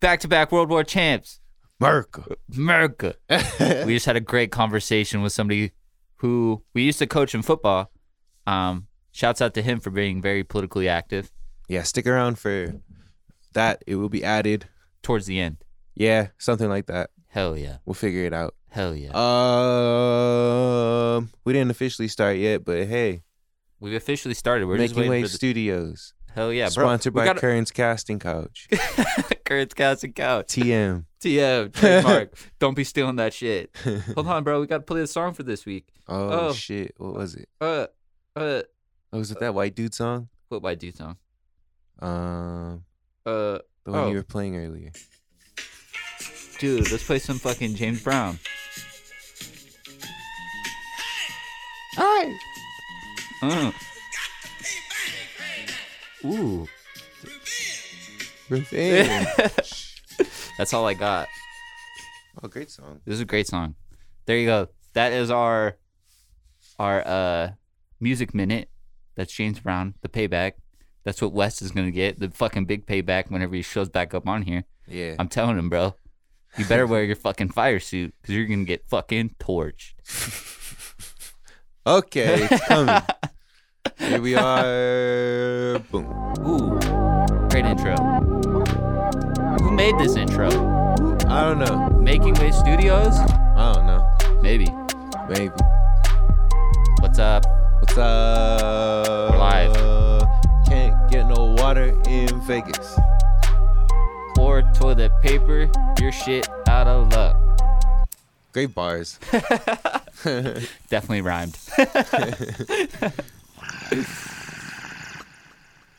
back to back World War champs. America. America. we just had a great conversation with somebody who we used to coach in football. Um, shouts out to him for being very politically active Yeah, stick around for that. It will be added. towards the end. Yeah, something like that. Hell yeah. We'll figure it out. Hell yeah. Uh, Um, we didn't officially start yet, but hey, We've officially started. We're just waiting Making Wave for the, Studios, Hell yeah, bro. sponsored we by got Currents Casting Couch. Kurt's Cats and Couch. TM. TM, trademark. Don't be stealing that shit. Hold on, bro. We got to play a song for this week. Oh, Oh. shit! What was it? Uh, uh, Oh, was it that white dude song? what do I do song? Um, Uh, the one Oh. you were playing earlier. dude, let's play some fucking James Brown. Hi. Uh. Mm. Ooh, Oh, that's all I got. oh, great song. This is a great song. There you go. That is our our uh music minute. That's James Brown, the payback. That's what Wes is gonna get. The fucking big payback whenever he shows back up on here. Yeah. I'm telling him, bro. You better wear your fucking fire suit because you're gonna get fucking torched. Okay, it's coming. Here we are. Boom. Ooh, great intro. Who made this intro? I don't know. Making Way Studios? I don't know. Maybe. Maybe. What's up? What's up? We're live. Can't get no water in Vegas. Or toilet paper? Your shit out of luck. Great bars. Definitely rhymed.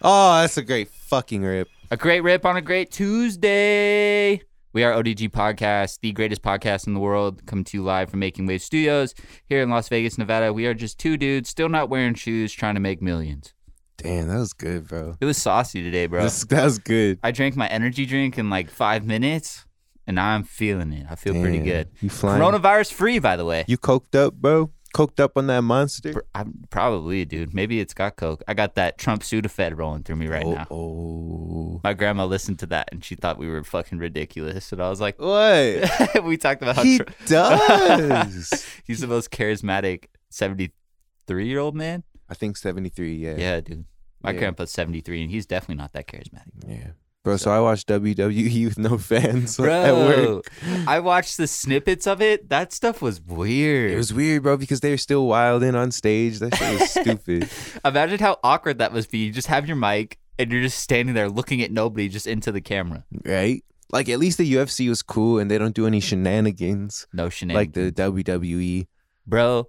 Oh, that's a great fucking rip. A great rip on a great Tuesday. We are ODG Podcast, the greatest podcast in the world, come to you live from Making Wave Studios here in Las Vegas, Nevada. We are just two dudes, still not wearing shoes, trying to make millions. Damn, that was good, bro. It was saucy today, bro. This, that was good. I drank my energy drink in like five minutes, and I'm feeling it. I feel pretty Damn. good. You flying? Coronavirus free, by the way. You coked up, bro? Coked up on that monster? Pr- I'm probably, dude. Maybe it's got coke. I got that Trump Sudafed rolling through me right oh, now. oh. My grandma listened to that and she thought we were fucking ridiculous. And I was like, What? we talked about how he Trump- does. he's the most charismatic 73 year old man. I think 73, yeah. Yeah, dude. My Yeah. grandpa's 73 and he's definitely not that charismatic. Yeah. Bro, so I watched WWE with no fans at Bro, work. I watched the snippets of it. That stuff was weird. It was weird, bro, because they were still wilding on stage. That shit was stupid. Imagine how awkward that must be. You just have your mic and you're just standing there looking at nobody, just into the camera. Right? Like, at least the UFC was cool and they don't do any shenanigans No shenanigans. like the E. WWE. bro,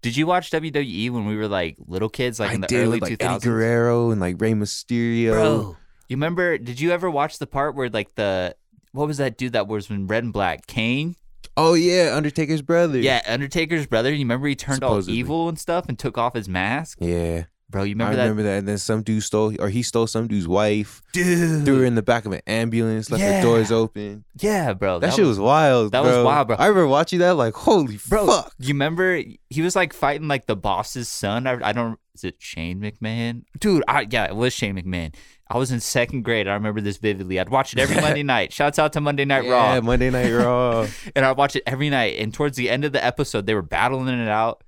did you watch WWE when we were like little kids, like I in the did early with, like 2000s? Eddie Guerrero and like Rey Mysterio. Bro, you remember? Did you ever watch the part where like the what was that dude that was in red and black? Kane. Oh yeah, Undertaker's brother. Yeah, Undertaker's brother. You remember he turned all Supposedly. evil and stuff and took off his mask, Yeah. bro. You remember I that? remember that. And then some dude stole, or he stole some dude's wife, Dude, threw her in the back of an ambulance, left Yeah. the doors open. yeah, bro. That, shit was, wild. that was bro. wild, bro. I remember watching that, like, holy Bro, fuck. you remember he was like fighting like the boss's son? I, I don't. Is it Shane McMahon? Dude, I, yeah, it was Shane McMahon. I was in second grade. I remember this vividly. I'd watch it every Monday night. Shouts out to Monday Night yeah, Raw. Monday Night Raw. And I'd watch it every night. And towards the end of the episode, they were battling it out.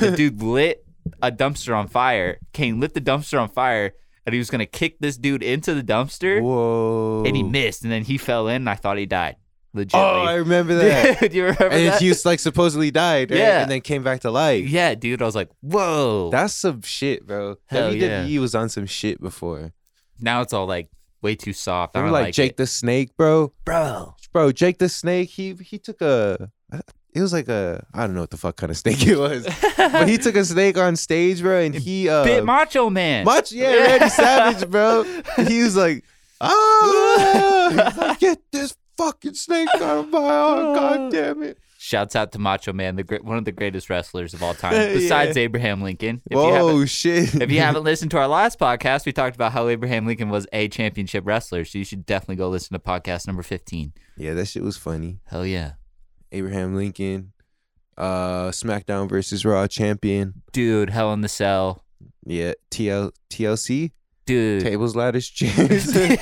The dude lit a dumpster on fire. Kane lit the dumpster on fire, and he was gonna kick this dude into the dumpster, Whoa. and he missed. And then he fell in, and I thought he died. Legitly. Oh, I remember that. Dude, you remember and that? he was like supposedly died, right? Yeah. and then came back to life. yeah, dude. I was like, whoa. That's some shit, bro. Hell WWE was on some shit before. now it's all like way too soft. I Remember, don't like, like Jake it. the Snake, bro. bro. bro jake the snake he he took a it was like a i don't know what the fuck kind of snake it was but he took a snake on stage bro and he uh Bit Macho Man. much yeah randy savage bro he was like ah He's like, get this fucking snake out of my arm god damn it Shouts out to Macho Man, the gre- one of the greatest wrestlers of all Yeah. time, besides Abraham Lincoln. If you haven't whoa shit if you haven't listened to our last podcast, we talked about how Abraham Lincoln was a championship wrestler. So you should definitely go listen to podcast number 15. yeah that shit was funny Hell yeah. abraham lincoln uh smackdown versus raw champion Dude, Hell in the Cell. yeah tl tlc dude. Tables, ladders, chairs. Dude,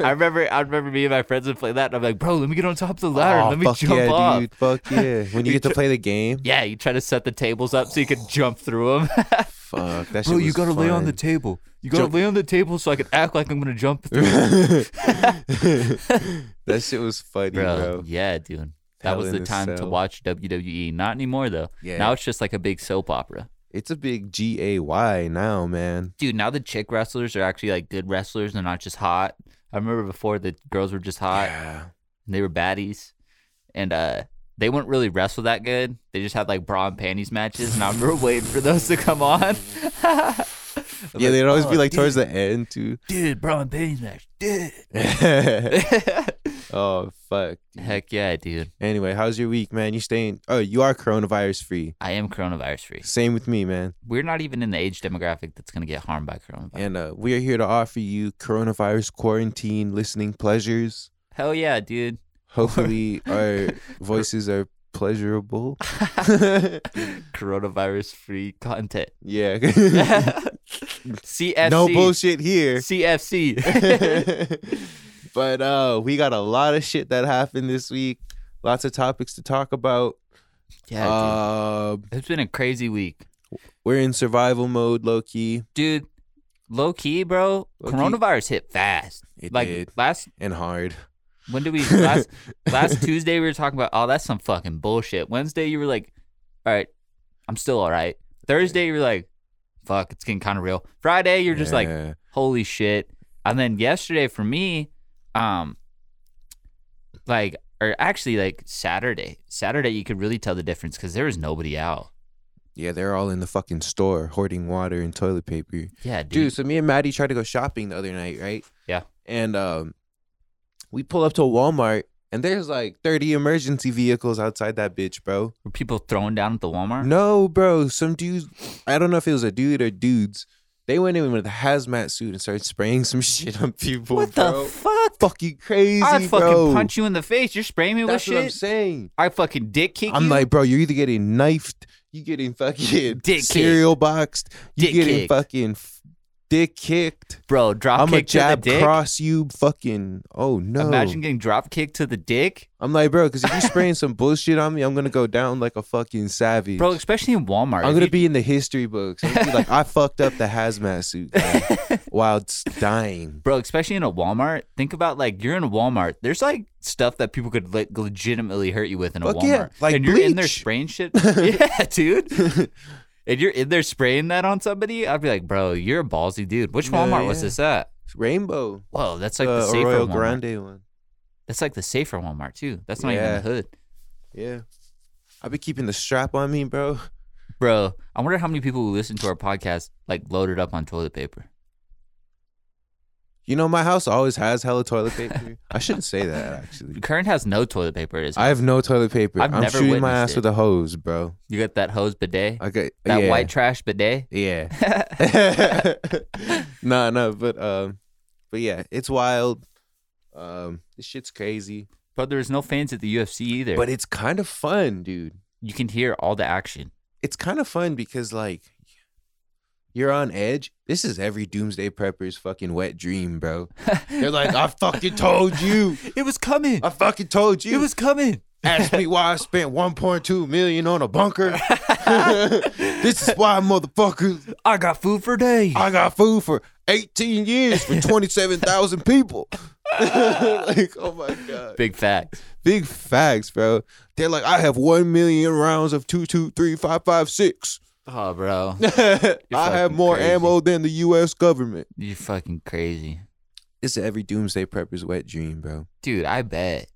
I remember, I remember me and my friends would play that, and I'm like, bro, let me get on top of the ladder, Aw, let me Oh, fuck jump yeah, off. dude. Fuck yeah. When you We get to ju- play the game. Yeah, you try to set the tables up so you can jump through them. Fuck. That bro, shit you was gotta lay on the fun. table. You gotta Jump. lay on the table so I can act like I'm gonna jump through. that shit was funny, bro. bro. Yeah, dude. That Hell was the in a time to Cell. watch WWE. Not anymore though. Yeah. Now it's just like a big soap opera. It's a big G A Y now, man. Dude, now the chick wrestlers are actually like good wrestlers. They're not just hot. I remember before the girls were just hot. Yeah. and they were baddies, and uh, they wouldn't really wrestle that good. They just had like bra and panties matches, and I remember waiting for those to come on. yeah, Yeah, they'd always be like towards the end too. dude, bra and panties match, dude. oh fuck. dude. Heck yeah, dude. Anyway, how's your week, man? You staying? Oh, you are coronavirus free. I am coronavirus free. Same with me, man. We're not even in the age demographic that's gonna get harmed by coronavirus. And uh, we are here to offer you coronavirus quarantine listening pleasures. Hell yeah, dude. Hopefully, our voices are pleasurable. Coronavirus free content. yeah. CFC. No bullshit here. CFC. but uh, we got a lot of shit that happened this week. Lots of topics to talk about. yeah, dude. Uh, It's been a crazy week. we're in survival mode, low key. dude. Low key, bro. Low key. coronavirus hit fast. It like did. last, and hard. when did we last last Tuesday? We were talking about, oh, that's some fucking bullshit. Wednesday, you were like, all right, I'm still all right. Thursday, you were like, fuck, it's getting kind of real. Friday, you're just like, Yeah. holy shit. And then yesterday for me, um, like, or actually like Saturday, Saturday, you could really tell the difference because there was nobody out. yeah, they're all in the fucking store hoarding water and toilet paper. Yeah, Dude, so me and Maddie tried to go shopping the other night, right? Yeah. And um, we pull up to Walmart and there's like 30 emergency vehicles outside that bitch, bro. Were people throwing down at the Walmart? No, bro. Some dudes, I don't know if it was a dude or dudes, they went in with a hazmat suit and started spraying some shit on people. What bro. the fuck? fucking crazy, I'd fucking bro. punch you in the face. You're spraying me with That's what I'm shit. saying. I fucking dick kick I'm you. like, bro, you're either getting knifed, you getting fucking Dick cereal boxed, you Dick getting kicked. fucking f- dick kicked. bro, drop I'm a kick jab to the dick. cross you, fucking. Oh no! Imagine getting drop kicked to the dick, I'm like, bro, because if you spraying some bullshit on me, I'm gonna go down like a fucking savage. bro. Especially in Walmart. I'm If gonna you- be in the history books. I'm gonna be like, I fucked up the hazmat suit guy while it's dying. bro. Especially in a Walmart. Think about like you're in a Walmart. There's like stuff that people could like, legitimately hurt you with in a Fuck Walmart. yeah, like and you're in there bleach. spraying shit. yeah, dude. And you're in there spraying that on somebody. I'd be like, bro, you're a ballsy dude. Which Yeah, Walmart was yeah. this at? Rainbow, Whoa, that's like uh, the safer Arroyo Walmart. Grande one. That's like the safer Walmart too. That's not even Yeah. the hood. Yeah, I've been keeping the strap on me, bro. Bro, I wonder how many people who listen to our podcast like loaded up on toilet paper. You know, my house always has hella toilet paper. I shouldn't say that actually. Current has no toilet paper. Is I have no toilet paper. I've I'm never shooting my witnessed ass it. with a hose, bro. you got that hose bidet, I got that yeah, white trash bidet. yeah. nah, no, but um, but yeah, it's wild. Um, this shit's crazy, But there's no fans at the UFC either. but it's kind of fun, dude. you can hear all the action. it's kind of fun because like you're on edge. This is every doomsday prepper's fucking wet dream, bro. They're like, I fucking told you. It was coming. I fucking told you. coming. Ask me why I spent 1.2 million on a bunker. this is why motherfuckers I got food for days. I got food for 18 years for 27,000 people. like, oh my god. Big fact. Big facts, bro. They're like, I have 1 million rounds of 223556. Oh, bro, I have fucking more crazy. ammo than the U.S. government. you're fucking crazy, It's every doomsday prepper's wet dream, bro. dude. I bet.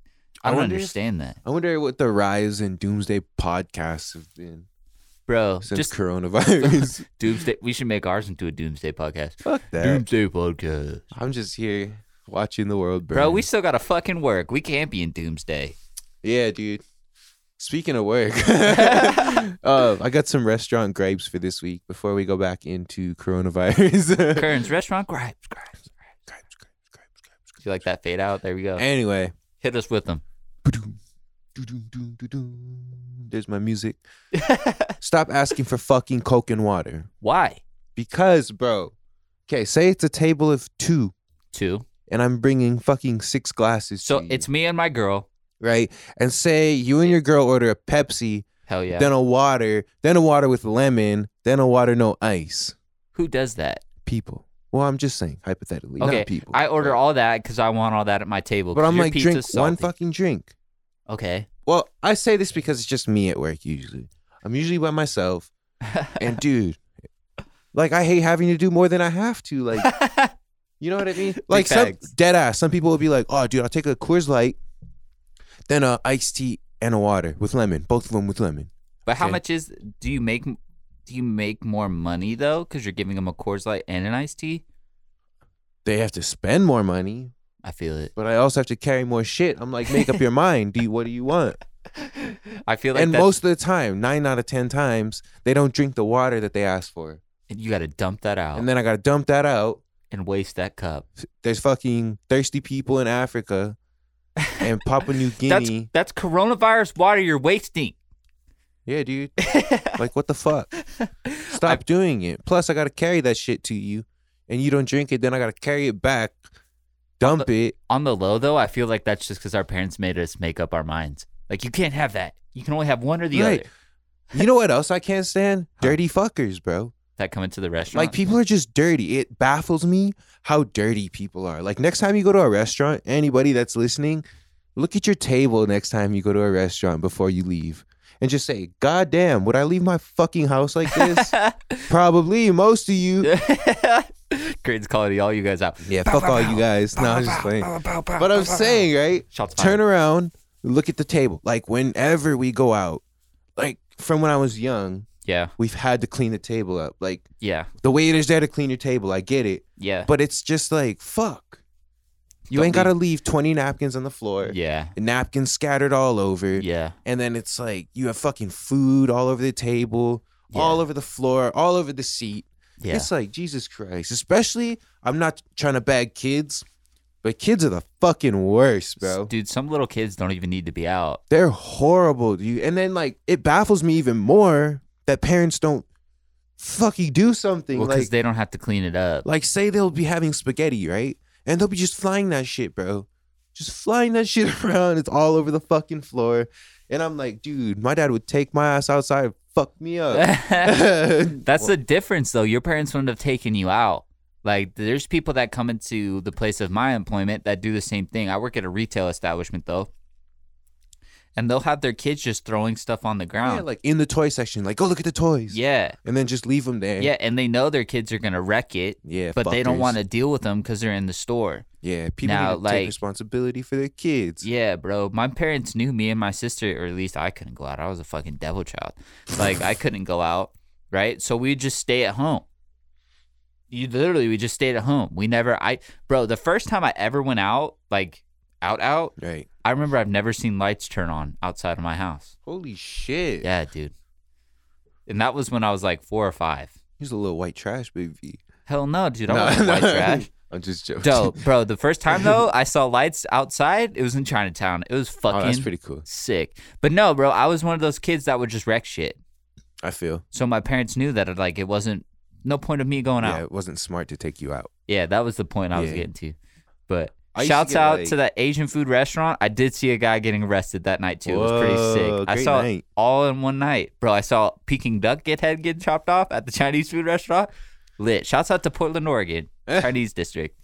I, I don't wonder if- understand that, I wonder what the rise in doomsday podcasts have been bro. since Just coronavirus. doomsday. We should make ours into a doomsday podcast. Fuck that. Doomsday podcast, I'm just here watching the world burn. bro. We still gotta fucking work. We can't be in doomsday. yeah, dude. Speaking of work, uh, I got some restaurant gripes for this week before we go back into coronavirus. gripes, Kern's restaurant gripes, gripes. gripes, gripes, gripes. Do you like that fade out? There we go. Anyway, Hit us with them. Ba-doom, doo-doom, doom, doo-doom. There's my music. Stop asking for fucking Coke and water. Why? Because, bro, Okay, say it's a table of two, Two. and I'm bringing fucking six glasses. So to you, it's me and my girl. right, and say you and your girl order a Pepsi, Hell yeah. then a water, then a water with lemon, then a water no ice. Who does that? People. Well, I'm just saying hypothetically, Okay. not people. I order all that because I want all that at my table. but 'cause I'm your like, pizza's drink one salty. fucking drink. Okay. Well, I say this because it's just me at work usually. I'm usually by myself. And dude, like I hate having to do more than I have to. Like, you know what I mean? Like some facts. dead ass. Some people will be like, "Oh, dude, I'll take a Coors Light, then a iced tea and a water with lemon. Both of them with lemon." But how Okay. much is do you make? Do you make more money though? Because you're giving them a Coors Light and an iced tea. They have to spend more money, I feel it. but I also have to carry more shit. I'm like, make up your mind. Do you, what do you want? I feel like and that's, most of the time, nine out of ten times, they don't drink the water that they asked for, you got to dump that out and and, then I gotta dump that out. waste that cup. there's fucking thirsty people in Africa and Papua New That's Guinea. that's coronavirus water you're wasting. yeah, dude. like, what the fuck? Stop doing it. Plus, I gotta carry that shit to you, and you don't drink it. Then I gotta carry it back, dump it. On the low though, I feel like that's just because our parents made us make up our minds. Like you can't have that. You can only have one or the Right. other. You know what else I can't stand? Dirty fuckers, bro. That come into the restaurant. Like people are just dirty. It baffles me how dirty people are. Like next time you go to a restaurant, anybody that's listening, look at your table next time you go to a restaurant before you leave. And just say, God damn, would I leave my fucking house like this? Probably most of you. Crane's calling all you guys out. Yeah, fuck all you guys. No, I'm just playing. But I'm saying, right? Shots fired. Turn around, look at the table. Like whenever we go out, like from when I was young, Yeah, we've had to clean the table up. Like yeah, the waiter's there to clean your table. I get it. yeah, But it's just like, fuck. You Don't ain't got to leave 20 napkins on the floor. yeah, Napkins scattered all over. yeah. And then it's like you have fucking food all over the table, Yeah. all over the floor, all over the seat. Yeah. It's like Jesus Christ. Especially, I'm not trying to bag kids, but kids are the fucking worst, bro. Dude, some little kids don't even need to be out. They're horrible, dude. And then like it baffles me even more that parents don't fucking do something. Well, because like, they don't have to clean it up. like say they'll be having spaghetti, right? And they'll be just flying that shit, bro. Just flying that shit around. It's all over the fucking floor. And I'm like, dude, my dad would take my ass outside and fuck me up. That's the difference, though. Your parents wouldn't have taken you out. Like, there's people that come into the place of my employment that do the same thing. I work at a retail establishment, though, and they'll have their kids just throwing stuff on the Oh, yeah, ground. like in the toy section, like go look at the toys. yeah, And then just leave them there. yeah, and they know their kids are gonna wreck it, Yeah. but they don't fuckers. want to deal with them because they're in the store. Yeah. People Now, need to like- take responsibility for their kids. Yeah, bro. My parents knew me and my sister, or at least I couldn't go out. I was a fucking devil child. Like I couldn't go out, right? So we would just stay at home. You literally we just stayed at home. We never I bro, the first time I ever went out, like out out, Right. I remember I've never seen lights turn on outside of my house. Holy shit. Yeah, dude. And that was when I was like four or five. He's a little white trash baby. Hell no, dude. I No, wasn't white no. trash. I'm just joking. Dope, bro. The first time though I saw lights outside, it was in Chinatown. It was fucking Oh, that's pretty cool. sick. But no, bro, I was one of those kids that would just wreck shit. I feel. So my parents knew that like it wasn't no point of me going Yeah, out. it wasn't smart to take you out. Yeah, that was the point I was Yeah. getting to. But I used to shouts get, out like- to that Asian food restaurant. I did see a guy getting arrested that night too. it was pretty sick. Whoa, I great saw it night. all in one night, bro. I saw Peking duck get head get chopped off at the Chinese food restaurant. Lit. Shouts out to Portland, Oregon, Chinese district.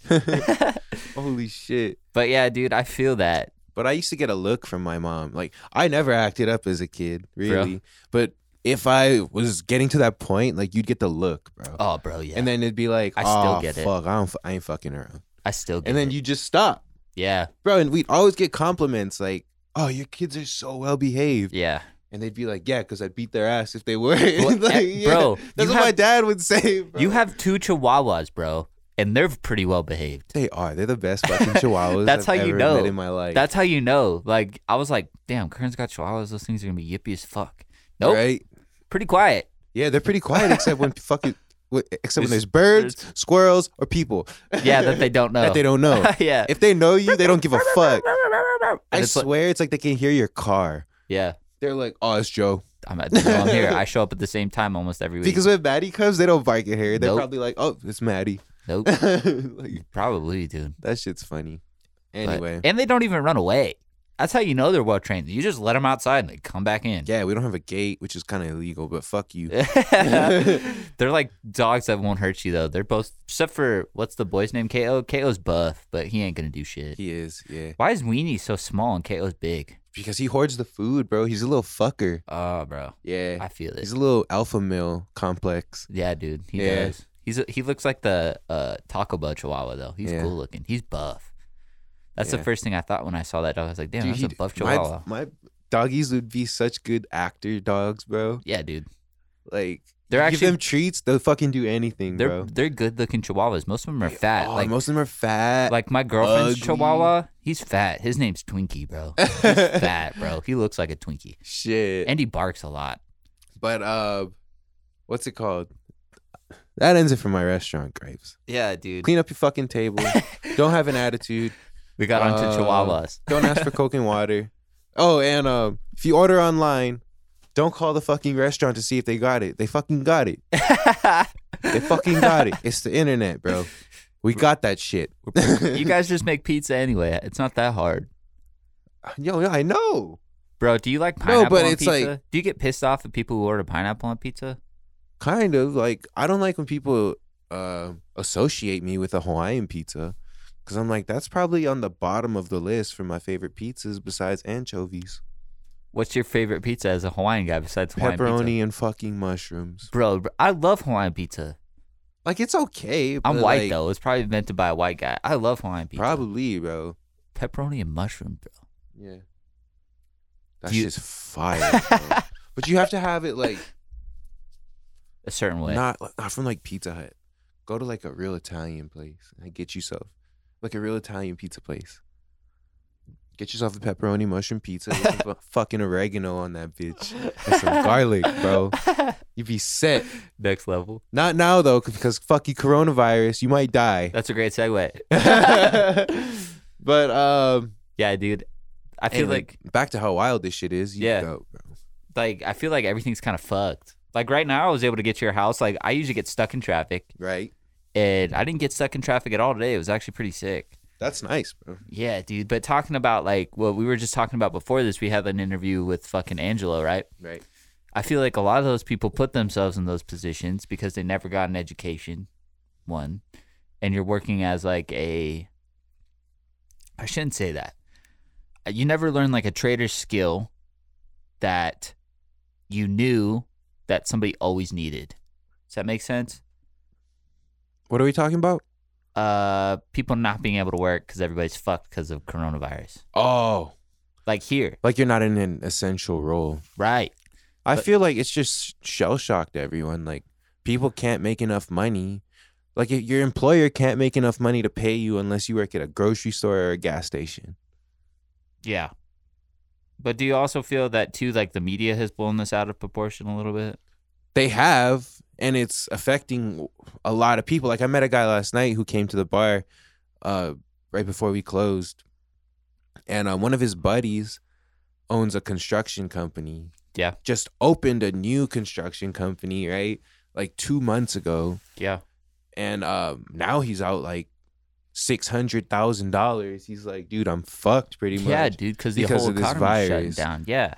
Holy shit. But yeah, dude, I feel that. But I used to get a look from my mom. Like I never acted up as a kid, Bro. really. But if I was getting to that point, like you'd get the look, bro. Oh, bro, yeah. And then it'd be like, I still "Aw, get it." Fuck, I don't, f- I ain't fucking around. I still get And then it. you just stop, yeah, bro. And we'd always get compliments like, "Oh, your kids are so well behaved," yeah. and they'd be like, "Yeah, because I'd beat their ass if they were." Well, like, eh, yeah. bro, that's you what my have- dad would say. Bro. You have two chihuahuas, bro, and they're pretty well behaved. They are. They're the best fucking chihuahuas. That's I've how you ever know. met in my life. That's how you know. Like I was like, damn, Kern's got chihuahuas. Those things are gonna be yippy as fuck. Nope, right. pretty quiet. Yeah, they're pretty quiet except when fucking wh- except when There's- there's birds, squirrels, or people Yeah, that they don't know. that they don't know. yeah. if they know you, they don't give a fuck. And I it's like- swear, it's like they can hear your car. yeah, They're like, "Oh, it's Joe." I'm, at, I'm here. I show up at the same time almost every week. Because when Maddie comes, they don't bark at her. They're Nope. probably like, "Oh, it's Maddie." Nope. like, Probably, dude. that shit's funny. But- eh. Anyway, and they don't even run away. That's how you know they're well trained. You just let them outside and they come back in. yeah, we don't have a gate, which is kind of illegal, but fuck Eh. you. They're like dogs that won't hurt you though. They're both except for what's the boy's name? KO. KO's buff, but he ain't gonna do shit. He is, yeah, Why is Weenie so small and KO's big? because he hoards the food, bro. He's a little fucker. Oh, bro, Yeah, I feel it. he's a little alpha male complex. Yeah, dude, he Yeah. does. He's he looks like the uh, Taco Bell Chihuahua though. He's Yeah. cool looking. He's buff. That's Yeah. the first thing I thought when I saw that dog. I was like, damn, Dude, that's he- a buff my- Chihuahua. My, doggies would be such good actor dogs, bro. yeah, dude, Like They're you actually- give them treats, they'll fucking do anything, they're bro. they're good looking Chihuahuas. Most of them are fat. Oh, like most of them are fat. like my girlfriend's Uh, ugly. Chihuahua. He's fat. His name's Twinkie, bro. He's fat, bro. He looks like a Twinkie. shit. And he barks a lot. But uh, what's it called? That ends it for my restaurant gripes. Yeah, dude. Clean up your fucking table. Don't have an attitude. We got onto Uh, Chihuahuas. Don't ask for Coke and water. Oh, and um, if you order online, don't call the fucking restaurant to see if they got it. They fucking got it. They fucking got it. It's the internet, bro. We got that shit. you guys just make pizza anyway. It's not that hard. Yo, yo, I know. Bro, do you like pineapple but on it's pizza? like- do you get pissed off at people who order pineapple on pizza? Kind of like I don't like when people uh, associate me with a Hawaiian pizza because I'm like that's probably on the bottom of the list for my favorite pizzas besides anchovies, What's your favorite pizza as a Hawaiian guy besides Hawaiian pepperoni, pizza? and fucking mushrooms. Bro, br- I love Hawaiian pizza. Like it's okay. I'm but, white like, though. It's probably meant to buy a white guy. I love Hawaiian pizza. Probably, bro. pepperoni and mushroom, bro. Yeah. That's You- just fire. bro. but you have to have it like A certain way. not not from like Pizza Hut. Go to like a real Italian place and get yourself like a real Italian pizza place. Get yourself a pepperoni mushroom pizza with some fu- fucking oregano on that bitch and some garlic, bro. You'd be set. Next level. Not now though, because fuck you, coronavirus, you might die. That's a great segue. but um, yeah, dude. I feel and, like back to how wild this shit is. You Yeah. go, bro. like I feel like everything's kind of fucked. Like right now, I was able to get to your house. Like I usually get stuck in traffic, Right? and I didn't get stuck in traffic at all today. It was actually pretty sick. That's nice, bro. Yeah, dude. But talking about like what we were just talking about before this, we had an interview with fucking Angelo, right? Right. I feel like a lot of those people put themselves in those positions because they never got an education. One, and you're working as like a. I shouldn't say that. Uh, You never learn like a trader's skill that you knew that somebody always needed. Does that make sense? What are we talking about? Uh, people not being able to work because everybody's fucked because of coronavirus. Oh, Like here, like you're not in an essential role. right? I But- feel like it's just shell shocked everyone. Like people can't make enough money. Like y- your employer can't make enough money to pay you unless you work at a grocery store or a gas station. Yeah. But do you also feel that too? Like the media has blown this out of proportion a little bit. They have, and it's affecting a lot of people. Like I met a guy last night who came to the bar uh, right before we closed, and uh, one of his buddies owns a construction company. Yeah. just opened a new construction company right like two months ago. Yeah. and um, now he's out like six hundred thousand dollars. He's like, dude, I'm fucked pretty much. Yeah, dude, because the because whole of this economy's shutting virus. down. Yeah.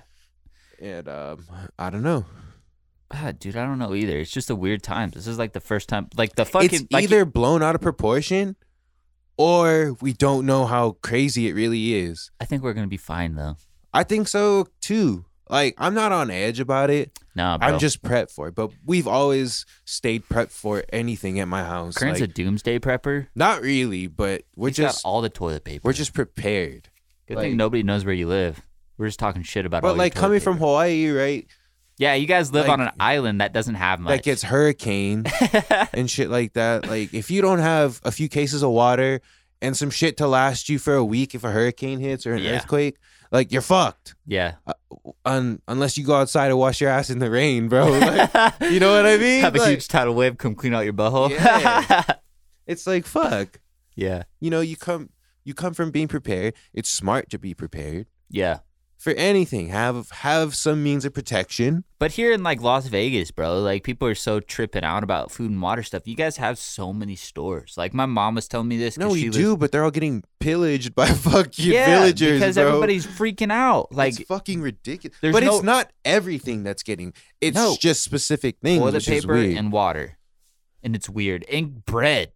and um, I don't know. Ah, dude, I don't know either. It's just a weird time. This is like the first time. Like the fucking. it's like, either blown out of proportion, or we don't know how crazy it really is. I think we're gonna be fine though. I think so too. Like I'm not on edge about it. Nah, bro. I'm just prepped for it. But we've always stayed prepped for anything at my house. Kern's Like, a doomsday prepper. not really, but we're He's just got all the toilet paper. we're just prepared. Good like- thing nobody knows where you live. We're just talking shit about. all But your like toilet coming paper. from Hawaii, right? Yeah, you guys live on like- an island that doesn't have much. that gets hurricanes and shit like that. Like if you don't have a few cases of water and some shit to last you for a week if a hurricane hits or an Yeah. earthquake, like you're fucked. Yeah. Un- unless you go outside and wash your ass in the rain, bro. Like, you know what I mean? Have a Like, huge tidal wave come clean out your butthole. Yeah. it's like fuck. yeah. You know, you come you come from being prepared. It's smart to be prepared. Yeah. for anything. Have have some means of protection. But here in like Las Vegas, bro, like people are so tripping out about food and water stuff. You guys have so many stores. Like my mom was telling me this. 'cause No, she you lives- do, but they're all getting pillaged by fucking yeah, villagers, because bro. everybody's freaking out. Like it's fucking ridiculous. there's But no- it's not everything that's getting. It's No. just specific things, toilet which is paper weird. and water, and it's weird. And bread.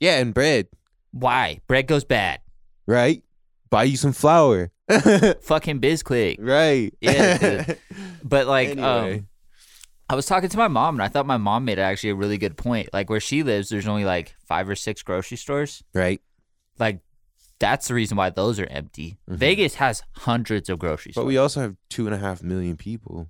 yeah, and bread, Why bread goes bad? right? Buy you some flour, Fucking Bisquick. right? Yeah, dude. But like, Anyway. um, I was talking to my mom, and I thought my mom made actually a really good point. Like where she lives, there's only like five or six grocery stores. right? Like that's the reason why those are empty. Mhm. Vegas has hundreds of grocery But stores. we also have two and a half million people.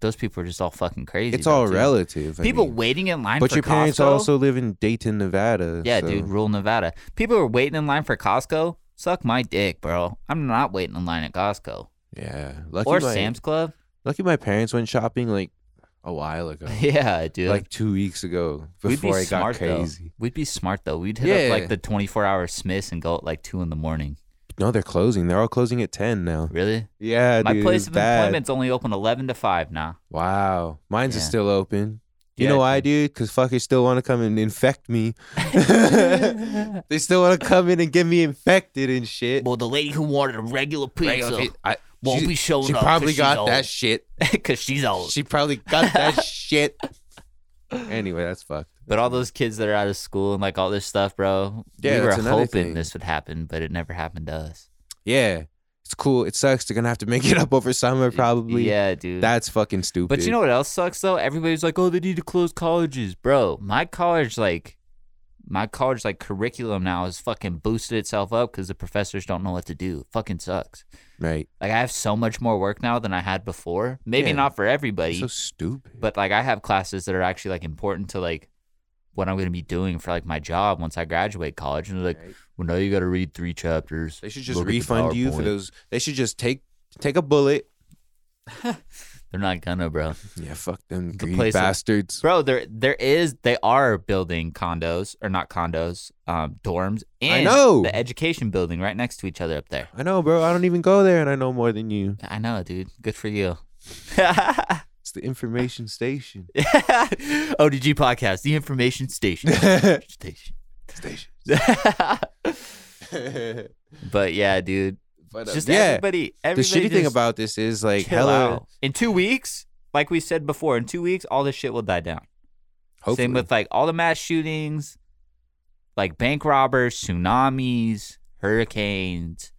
those people are just all fucking crazy. It's all though, too. relative. I People mean. waiting in line. But for your parents Costco- also live in Dayton, Nevada. Yeah, so- dude, rural Nevada. People are waiting in line for Costco. Suck my dick, bro. I'm not waiting in line at Costco Yeah, lucky or my, Sam's Club. Lucky my parents went shopping like a while ago, Yeah, dude. like two weeks ago, We'd be before it got smart crazy. though. We'd be smart though. We'd hit Yeah. up like the 24-hour Smiths and go at like two in the morning. No, they're closing. They're all closing at ten now. Really? Yeah, My dude, place it's of bad. employment's only open 11 to 5 now. Wow, mine's is Yeah. still open. You Yeah, know why, dude? Because fuckers still want to come and infect me. they still want to come in and get me infected and shit. Well, the lady who wanted a regular pizza I, won't she, be showing she up. probably 'cause she's got old. that shit. because she's old. She probably got that shit. Anyway, that's fucked. But all those kids that are out of school and like all this stuff, bro. Yeah, we were that's another hoping thing. this would happen, but it never happened to us. Yeah, it's cool. It sucks. They're gonna have to make it up over summer, probably. Yeah, dude. that's fucking stupid. but you know what else sucks though? Everybody's like, "Oh, they need to close colleges, bro." My college, like, my college like curriculum now is fucking boosted itself up because the professors don't know what to do. fucking sucks. right? Like I have so much more work now than I had before. Maybe Yeah. not for everybody, So stupid. but like I have classes that are actually like important to like what I'm gonna be doing for like my job once I graduate college. And they're like, Right. well, now you got to read three chapters. they should just look at the refund you for PowerPoint." those. They should just take take a bullet. They're not gonna, bro. Yeah, fuck them greedy place- bastards. Bro, there there is they are building condos or not condos, um, dorms. And I know. the education building right next to each other up there. I know, bro. I don't even go there, and I know more than you. I know, dude. Good for you. It's the information station. ODG podcast, the information station. station. station. but yeah, dude. But, uh, Just yeah, everybody, the everybody. shitty thing just- about this is like, Chill hella. out. In two weeks, like we said before, in two weeks, all this shit will die down. Hopefully, Same with like all the mass shootings, like bank robbers, tsunamis, hurricanes,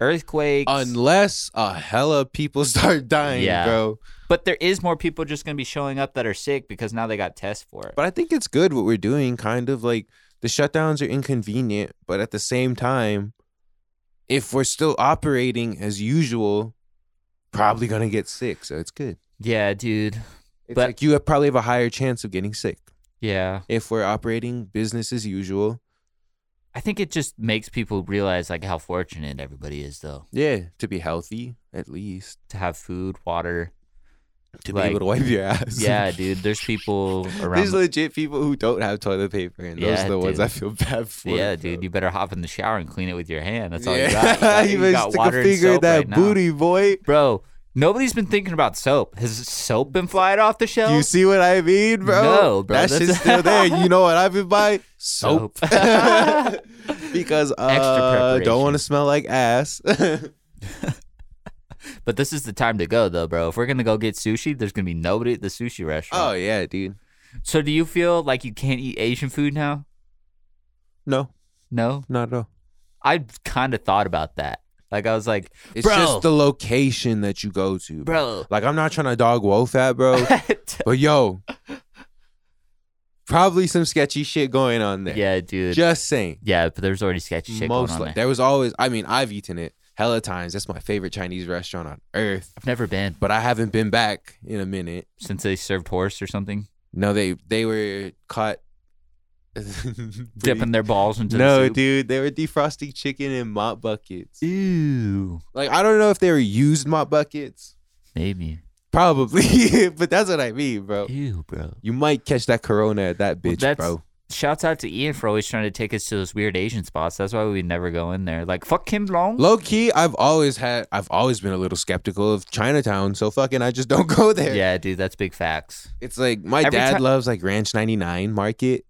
earthquakes. unless a hella people start dying, Yeah. bro. but there is more people just going to be showing up that are sick because now they got tests for it. But I think it's good what we're doing. Kind of like the shutdowns are inconvenient, but at the same time, if we're still operating as usual, probably gonna get sick. So it's good. yeah, dude. It's But- like you have probably have a higher chance of getting sick Yeah. if we're operating business as usual. I think it just makes people realize like how fortunate everybody is though Yeah, to be healthy at least to have food, water. to Like- be able to wipe your ass. Yeah, dude. There's people around. There's legit people who don't have toilet paper, and those Yeah, are the ones dude. I feel bad for. yeah, bro. dude, you better hop in the shower and clean it with your hand. That's all you Yeah, got. You got, you even got stick water a and finger in soap that right now. booty, boy. Bro, nobody's been thinking about soap. Has soap been flying off the You shelves? see what I mean, bro? No, bro, That that's- shit's still there. You know what I've been buying? Soap. because uh, preparation. don't want to smell like ass. but this is the time to go, though, bro. If we're gonna go get sushi, there's gonna be nobody at the sushi oh restaurant. yeah, dude. So, do you feel like you can't eat Asian food now? No, No, not at all. I kind of thought about that. Like, I was like, It's Bro. just the location that you go to, bro. bro, Like I'm not trying to dog wolf at, bro. but yo, probably some sketchy shit going on there. yeah, dude, Just saying. yeah. But there's already sketchy shit Most going on like- there. there was always. I mean, I've eaten it hella times. That's my favorite Chinese restaurant on earth. I've never been But I haven't been back in a minute. since they served horse or something, No, they they were caught dipping their balls into No, the soup. dude, they were defrosting chicken in mop buckets. Ew, Like I don't know if they were used mop buckets, maybe. probably, but that's what I mean, bro. Ew, bro. You might catch that corona at that Well, bitch, that's bro. shouts out to Ian for always trying to take us to those weird Asian spots. That's why we never go in there. Like fuck Kim Long. Low key, I've always had, I've always been a little skeptical of Chinatown. So fucking, I just don't go there. Yeah, dude, that's big facts. It's like my Every ti- dad loves like Ranch 99 Market.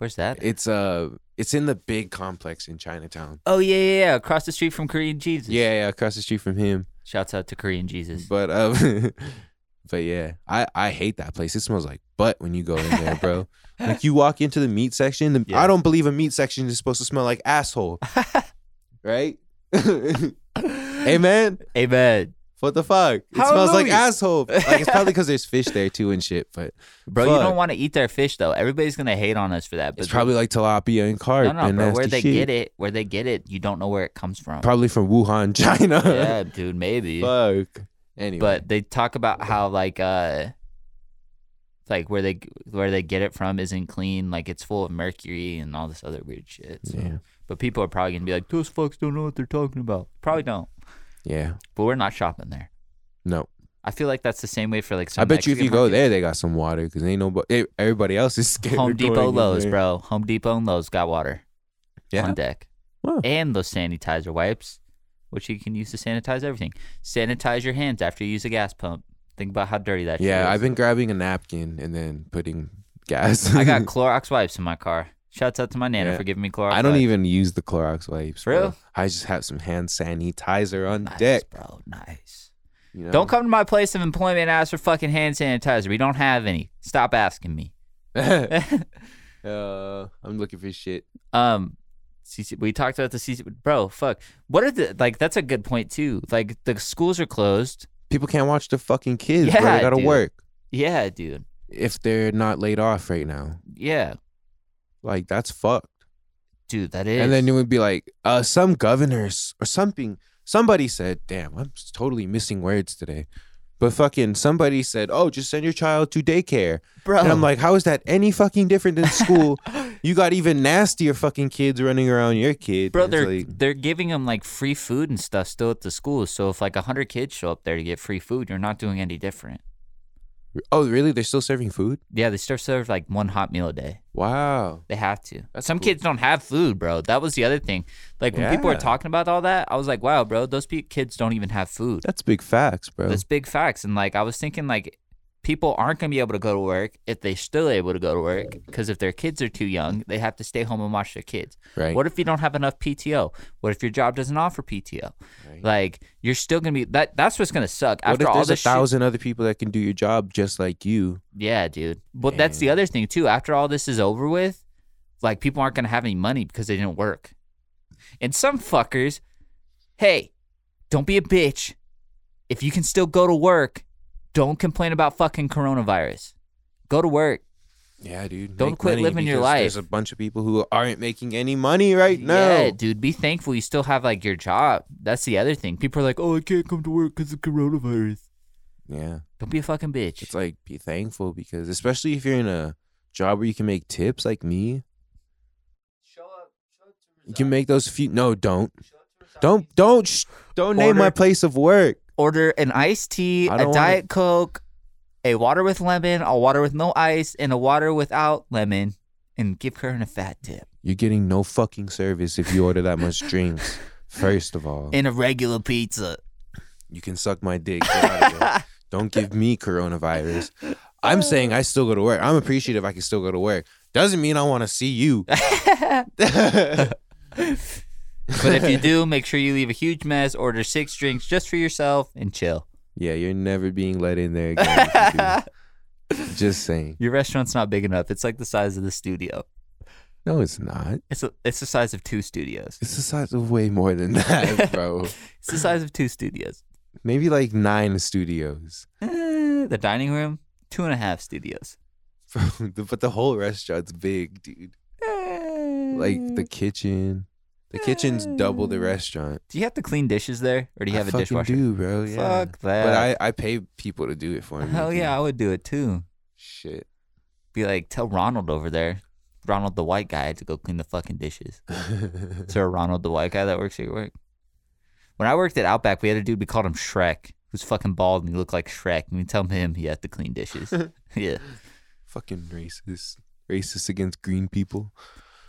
Where's that? It's uh, it's in the big complex in Chinatown. oh yeah, yeah, yeah. Across the street from Korean Jesus. Yeah, yeah, across the street from him. Shouts out to Korean Jesus. But um, but yeah, I I hate that place. It smells like butt when you go in there, bro. like you walk into the meat section. The, Yeah. I don't believe a meat section is supposed to smell like asshole, right? Amen. Amen. What the fuck? It smells like Hallelujah. asshole. Like it's probably because there's fish there too and shit. But Bro, you Fuck. don't want to eat their fish though. Everybody's gonna hate on us for that. But it's probably like tilapia and carp no, no, and bro. nasty Where they shit. get it, where they get it, you don't know where it comes from. Probably from Wuhan, China. yeah, dude, maybe. Fuck. Anyway, but they talk about how like uh like where they where they get it from isn't clean like it's full of mercury and all this other weird shit so. Yeah. but people are probably gonna be like those fucks don't know what they're talking about probably don't yeah, but we're not shopping there no. i feel like that's the same way for like some I bet you if Mexican you go market. there, they got some water because ain't nobody. Everybody else is scared. home of depot going in lowe's there. bro home depot and lowe's got water Yeah? on deck Wow. and those sanitizer wipes which you can use to sanitize everything sanitize your hands after you use a gas pump think about how dirty that shit Yeah, is. I've been grabbing a napkin and then putting gas. I got Clorox wipes in my car. Shouts out to my nana Yeah. for giving me Clorox. I don't wipes. even use the Clorox wipes. For bro. real? I just have some hand sanitizer on nice, deck. bro. Nice. you know? Don't come to my place of employment and ask for fucking hand sanitizer. We don't have any. Stop asking me. uh, I'm looking for shit. um, CC, we talked about the CC, bro. Fuck. What are the like? That's a good point too. Like the schools are closed. People can't watch their fucking kids. bro. Yeah, They gotta dude. work Yeah, dude. if they're not laid off right now. Yeah, Like that's fucked. dude. That is. And then it would be like, uh, some governors or something. Somebody said, damn, I'm s- totally missing words today. But fucking somebody said, oh, just send your child to daycare. bro. And I'm like, how is that any fucking different than school? you got even nastier fucking kids running around your kid. Bro, It's they're, like, they're giving them like free food and stuff still at the schools. So if like 100 kids show up there to get free food, you're not doing any different. oh, really? They're still serving food? Yeah, they still serve like one hot meal a day. Wow. They have to. That's Some cool. kids don't have food, bro. That was the other thing. Like when people were Yeah. talking about all that, I was like, wow, bro, those pe- kids don't even have food. That's big facts, bro. That's big facts. And like I was thinking, like people aren't gonna be able to go to work if they're still able to go to work because if their kids are too young, they have to stay home and watch their kids. right. What if you don't have enough PTO? What if your job doesn't offer PTO? Right. Like you're still gonna be that. That's what's gonna suck. What After if all there's a this shit- thousand other people that can do your job just like you? Yeah, dude. But that's the other thing too. After all this is over with, like people aren't gonna have any money because they didn't work. And some fuckers, hey, don't be a bitch. If you can still go to work, don't complain about fucking coronavirus. Go to work. Yeah, dude. Don't make quit money living your because life. There's a bunch of people who aren't making any money right now. Yeah, dude. Be thankful you still have like your job. That's the other thing. People are like, oh, I can't come to work because of coronavirus. Yeah. Don't be a fucking bitch. It's like be thankful because especially if you're in a job where you can make tips like me, show up, show up to you can make those few no, don't. Don't don't sh- don't name Order- my place of work. order an iced tea, I a don't wanna- diet coke, a water with lemon, a water with no ice, and a water without lemon, and give her a fat tip You're getting no fucking service if you order that much drinks. First of all, and a regular pizza. you can suck my dick. Get out of here. Don't give me coronavirus. Uh. I'm saying I still go to work. I'm appreciative I can still go to work. Doesn't mean I want to see you. But if you do, make sure you leave a huge mess. Order six drinks just for yourself and chill. Yeah, you're never being let in there again. if you do. Just saying. Your restaurant's not big enough. It's like the size of the studio. No, it's not. It's a, it's the size of two studios. It's the size of way more than that, bro. It's the size of two studios. Maybe like nine studios. Eh, the dining room, two and a half studios. but the whole restaurant's big, dude. Eh. Like Mm. the kitchen. The kitchen's double the restaurant. Do you have to clean dishes there, or do you I have a fucking dishwasher? do, bro. Yeah. Fuck that. But I, I pay people to do it for me. Hell dude. yeah, I would do it too. Shit. Be like, tell Ronald over there, Ronald the white guy, to go clean the fucking dishes. Is there a Ronald the white guy that works at your work? When I worked at Outback, we had a dude, we called him Shrek, who's fucking bald and he looked like Shrek. And we tell him he had to clean dishes. yeah. Fucking racist. Racist against green people.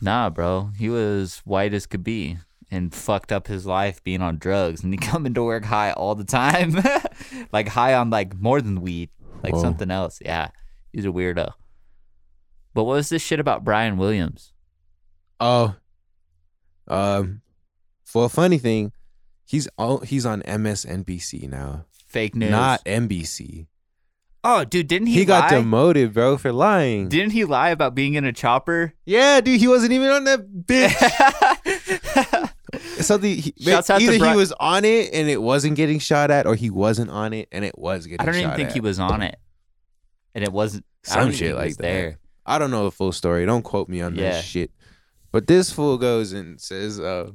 Nah, bro. He was white as could be and fucked up his life being on drugs and he coming to work high all the time. like high on like more than weed. Like Whoa. something else. Yeah. He's a weirdo. But what was this shit about Brian Williams? Oh. Um for a funny thing, he's all he's on MSNBC now. Fake news. Not NBC. Oh, dude, didn't He, he, got lie? demoted, bro, for lying. Didn't he lie about being in a chopper? yeah, dude, he wasn't even on that bitch. Something he, Shouts out to either Bri- he was on it and it wasn't getting shot at, or he wasn't on it and it was getting. I don't even shot think at. he was on it. And it wasn't I Some don't even shit think he like was that. there. I don't know the full story. Don't quote me on Yeah. that shit. But this fool goes and says, uh,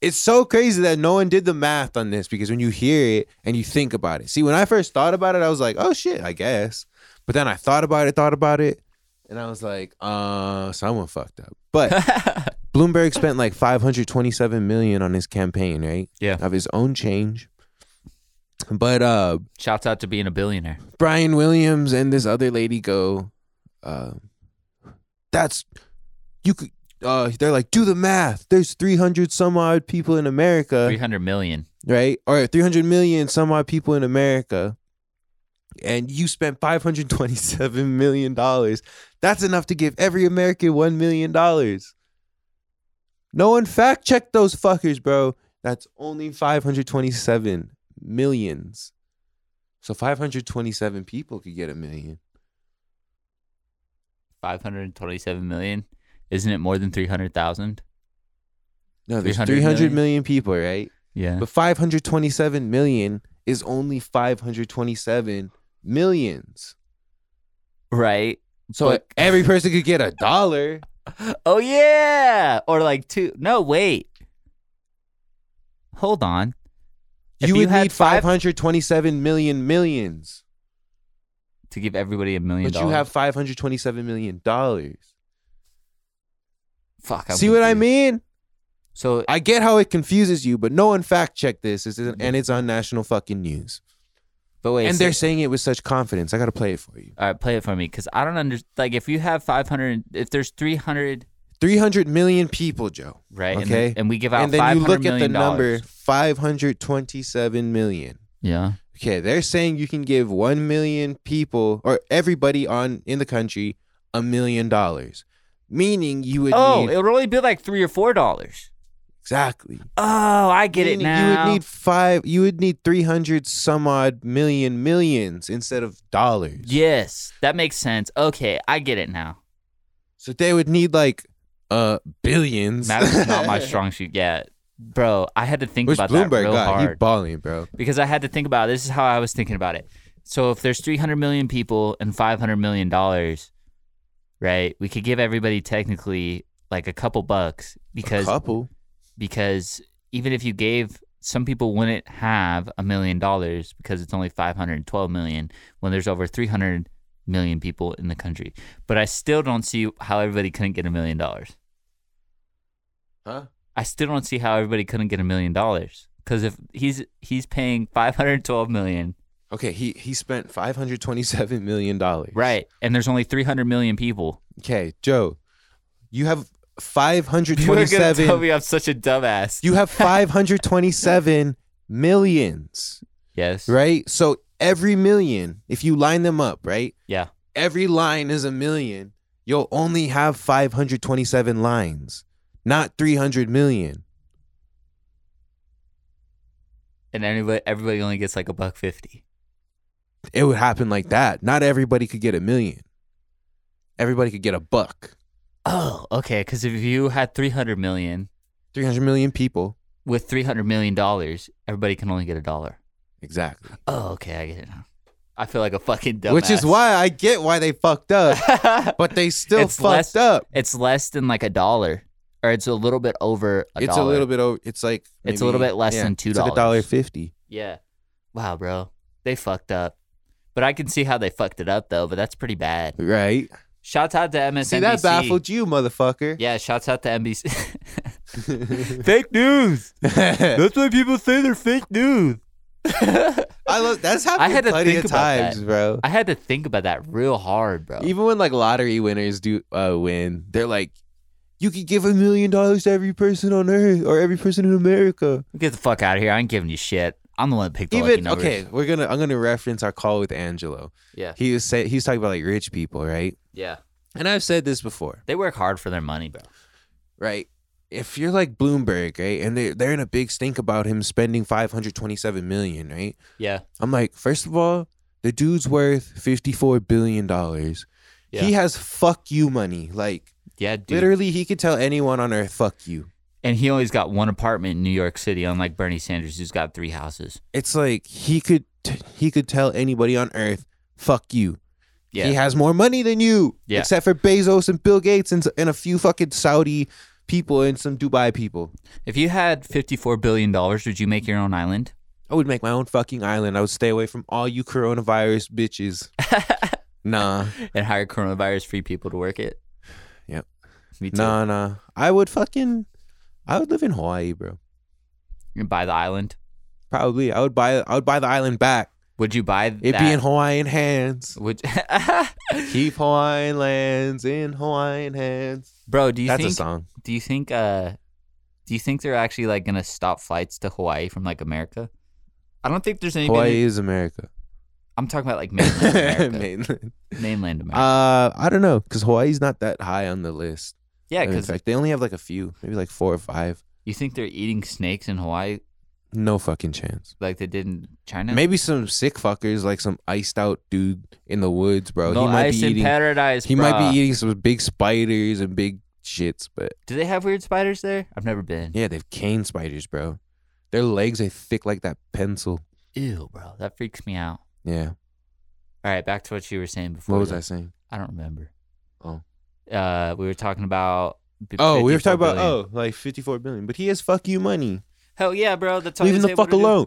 "It's so crazy that no one did the math on this because when you hear it and you think about it, see, when I first thought about it, I was like, oh shit, I guess. But then I thought about it, thought about it, and I was like, uh, someone fucked up. But Bloomberg spent like 527 million on his campaign, right? Yeah. Of his own change. But uh Shouts out to being a billionaire. Brian Williams and this other lady go, uh, that's you could. Uh, they're like, do the math. There's 300 some odd people in America, 300 million. right? Or 300 million some odd people in America, and you spent 527 million dollars. That's enough to give every American one million dollars. No one fact checked those fuckers, bro. That's only 527 millions. So 527 people could get a million. 527 million. Isn't it more than 300,000? No, there's 300 300 million? million. people, right? Yeah. But 527 million is only 527 millions. Right. So But- every person could get a dollar. Oh yeah. Or like two. No, wait. Hold on. If you would had need five- 527 million millions. to give everybody a million But dollars. you have 527 million dollars. fuck. I'm See what I confused. mean? So I get how it confuses you, but no one fact checked this. This isn't, and it's on national fucking news. but wait. And so- they're saying it with such confidence. I got to play it for you. all right, play it for me cuz I don't understand like if you have 500 if there's 300 300 million people, Joe. right and, Okay. then- and we give out And then you 500 look at the million number dollars. 527 million. Yeah. Okay, they're saying you can give 1 million people or everybody on in the country a million dollars. Meaning you would Oh, need it would only be like 3 or 4 dollars. exactly. Oh, I get it Meaning now. You would need 5 you would need 300 some odd million millions instead of dollars. Yes, that makes sense. Okay, I get it now. So they would need like uh billions. Math's not my strong suit yet. Bro, I had to think Which about that Bloomberg real got, he hard balling, bro. because I had to think about this is how I was thinking about it. So if there's 300 million people and 500 million dollars, right? We could give everybody technically like a couple bucks A because couple. because even if you gave some people wouldn't have a million dollars because it's only 512 million when there's over 300 million people in the country. But I still don't see how everybody couldn't get a million dollars. Huh? I still don't see how everybody couldn't get a million dollars because if he's he's paying 512 million, Okay, he he spent 527 million dollars. right? And there's only 300 million people. Okay, Joe, you have You were gonna tell 527. me I'm such a dumbass. You have 527 millions, yes, right? So every million, if you line them up, right? Yeah. Every line is a million. You'll only have 527 lines, not 300 million. and everybody everybody only gets like a buck fifty. It would happen like that. Not everybody could get a million. Everybody could get a buck. Oh, okay. Because if you had 300 million 300 million people. with 300 million dollars, everybody can only get a dollar. Exactly. Oh, okay, I get it now. I feel like a fucking dumbass. Which is why I get why they fucked up, but they still It's fucked less- up. it's less than like a dollar, or it's a little bit over. A it's dollar. a little bit over. It's like It's a little bit less than It's $2. like a dollar fifty. Yeah. Wow, bro, they fucked up. But I can see how they fucked it up though. But that's pretty bad. Right. Shouts out to MSNBC. See that baffled you, motherfucker. Yeah, shouts out to NBC. fake news. That's why people say they're fake news. I love that's happened I had to plenty think of about that. times, bro. I had to think about that real hard, bro. Even when like lottery winners do uh, win, they're like, you could give a million dollars to every person on earth or every person in America. Get the fuck out of here. I ain't giving you shit. I'm the one that picked the lucky Even numbers. okay, we're gonna I'm gonna reference our call with Angelo. Yeah. He was say he was talking about like rich people, right? Yeah. And I've said this before, They work hard for their money, bro. right? If you're like Bloomberg, right, and they they're in a big stink about him spending 527 million, right? Yeah. I'm like, first of all, the dude's worth fifty-four billion dollars. Yeah. He has fuck you money. Like Yeah, dude. literally, he could tell anyone on earth fuck you. And he only's got one apartment in New York City, unlike Bernie Sanders, who's got three houses. It's like he could he could tell anybody on earth fuck you. Yeah. He has more money than you, Yeah. except for Bezos and Bill Gates and and a few fucking Saudi people and some Dubai people. if you had $54 billion, would you make your own island? I would make my own fucking island. I would stay away from all you coronavirus bitches. nah, and hire coronavirus free people to work it. Yep. Me too. nah, nah. I would fucking I would live in Hawaii, bro. You buy the island. Probably. I would buy I would buy the island back. Would you buy It'd that? be in Hawaiian hands. Would Keep Hawaiian lands in Hawaiian hands. bro? Do you That's think? a song. Do you think? Uh, do you think they're actually like gonna stop flights to Hawaii from like America? I don't think there's anybody. Hawaii is America. I'm talking about like mainland America. Mainland. mainland America. Uh I don't know, because Hawaii's not that high on the list. yeah, in because fact, they only have like a few, maybe like four or five. you think they're eating snakes in Hawaii No fucking chance. like they did in China? Maybe some sick fuckers, like some iced out dude in the woods, bro. no he might ice be in eating paradise. he might bruh. be eating some big spiders and big shits, but Do they have weird spiders there? I've never been. yeah, they have cane spiders, bro. Their legs are thick like that pencil. Ew, bro, that freaks me out. Yeah. All right, back to what you were saying before. What was though. I saying? I don't remember. Oh. Uh, we were talking about. b- Oh, we were 54 talking about billion. oh, like fifty-four billion, but he has fuck you money. Hell yeah, bro. That's all Leave you him the say fuck what it is. alone.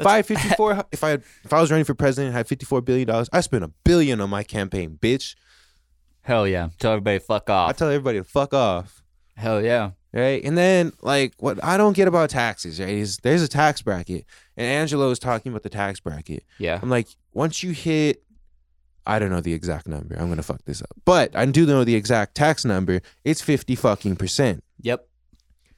If That's- I had fifty-four, if I had, if I was running for president, and had fifty-four billion dollars, I spent a billion on my campaign, bitch. Hell yeah. Tell everybody fuck I off. tell everybody to fuck off, Hell yeah. right? And then like what I don't get about taxes, right? Is there's a tax bracket, and Angelo was talking about the tax bracket. Yeah. I'm like, once you hit, I don't know the exact number. I'm gonna fuck this up, but I do know the exact tax number. It's fifty fucking percent, Yep.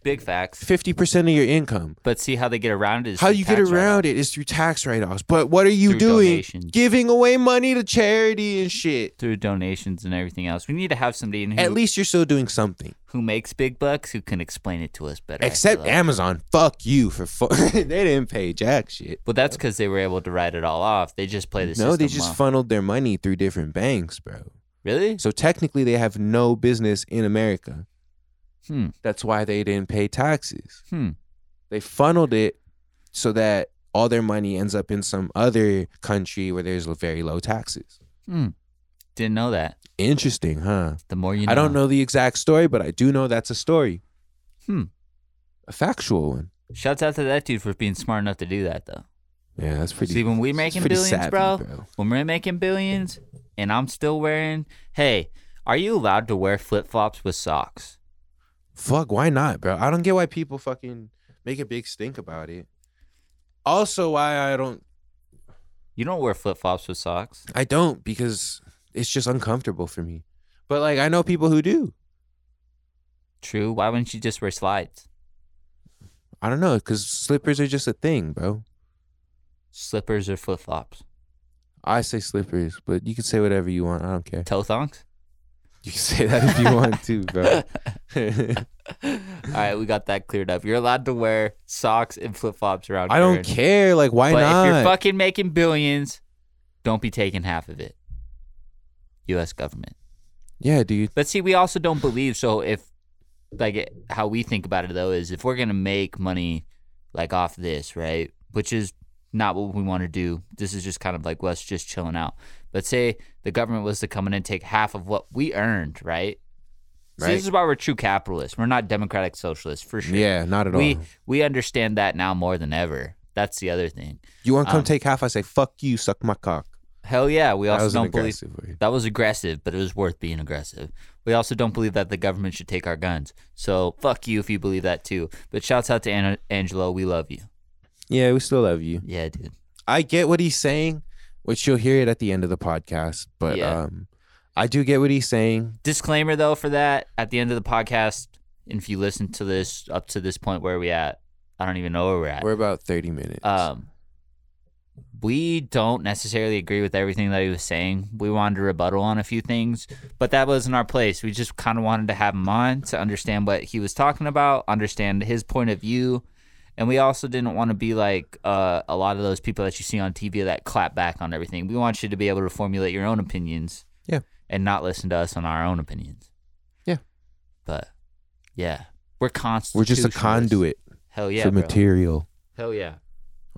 Big facts. fifty percent of your income. But see how they get around it. Is How through you get tax write-off. around it is through tax write-offs. But what are you Through doing? donations. Giving away money to charity and shit. Through donations and everything else. We need to have somebody in who, At least you're still doing something. who makes big bucks who can explain it to us better. I Except feel like. Amazon, fuck you for fu- they didn't pay jack shit. Well, that's because they were able to write it all off. They just play the No, they system just well. funneled their money through different banks, bro. Really? So technically, they have no business in America. Hmm. That's why they didn't pay taxes. Hmm. They funneled it so that all their money ends up in some other country where there's very low taxes. Hmm. Didn't know that. Interesting, huh? The more you know. I don't know the exact story, but I do know that's a story. Hmm. A factual one. Shouts out to that dude for being smart enough to do that, though. Yeah, that's pretty. See, when we that's making pretty billions, savvy, bro, when we're making billions, and I'm still wearing, hey, are you allowed to wear flip flops with socks? Fuck, why not, bro? I don't get why people fucking make a big stink about it. Also, why I don't, You don't wear flip flops with socks. I don't because it's just uncomfortable for me. But like, I know people who do. True. Why wouldn't you just wear slides? I don't know because slippers are just a thing, bro. Slippers or flip flops? I say slippers, but you can say whatever you want. I don't care. Toe thongs? You can say that if you want to, bro. All right, we got that cleared up. You're allowed to wear socks and flip flops around I don't Karen. care. Like, why But not? if you're fucking making billions, don't be taking half of it. U.S. government. yeah, dude. But see, we also don't believe. So if like it- how we think about it though is if we're gonna make money like off this, right? Which is not what we want to do. This is just kind of like us just chilling out. But say the government was to come in and take half of what we earned, right? So Right. this is why we're true capitalists. We're not democratic socialists for sure. Yeah, not at We all. we understand that now more than ever. That's the other thing. You want to come Um, take half? I say fuck you, suck my cock. Hell yeah, we That also was an don't believe aggressive word. That was aggressive, but it was worth being aggressive. We also don't believe that the government should take our guns. So fuck you if you believe that too. But shouts out to An- Angelo. We love you. Yeah, we still love you. Yeah, dude. I get what he's saying, which you'll hear it at the end of the podcast. But Yeah. um, I do get what he's saying. Disclaimer though for that at the end of the podcast, and if you listen to this up to this point, where are we at? I don't even know where we're at. We're about thirty minutes. um, we don't necessarily agree with everything that he was saying. We wanted to rebuttal on a few things, but that wasn't our place. We just kind of wanted to have him on to understand what he was talking about, understand his point of view. And we also didn't want to be like uh, a lot of those people that you see on TV that clap back on everything. We want you to be able to formulate your own opinions. Yeah. And not listen to us on our own opinions. Yeah. But yeah, we're constant. We're just a conduit Hell yeah. for bro. material Hell yeah.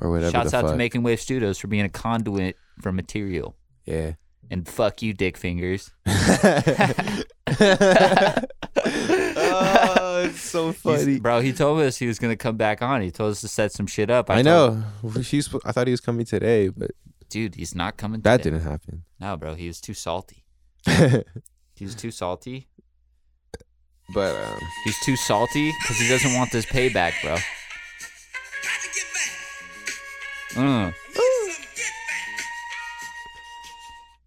or whatever. Shouts the out fuck. to Making Wave Studios for being a conduit for material. yeah. And fuck you, dick fingers. oh, it's so He's- funny. bro, he told us he was going to come back on. He told us to set some shit up. I, told him, know. She's. I thought he was coming today, but Dude, he's not coming that today. didn't happen. No, bro, he was too salty. He was too salty. but um, He's too salty because he doesn't want this payback, bro. Mm.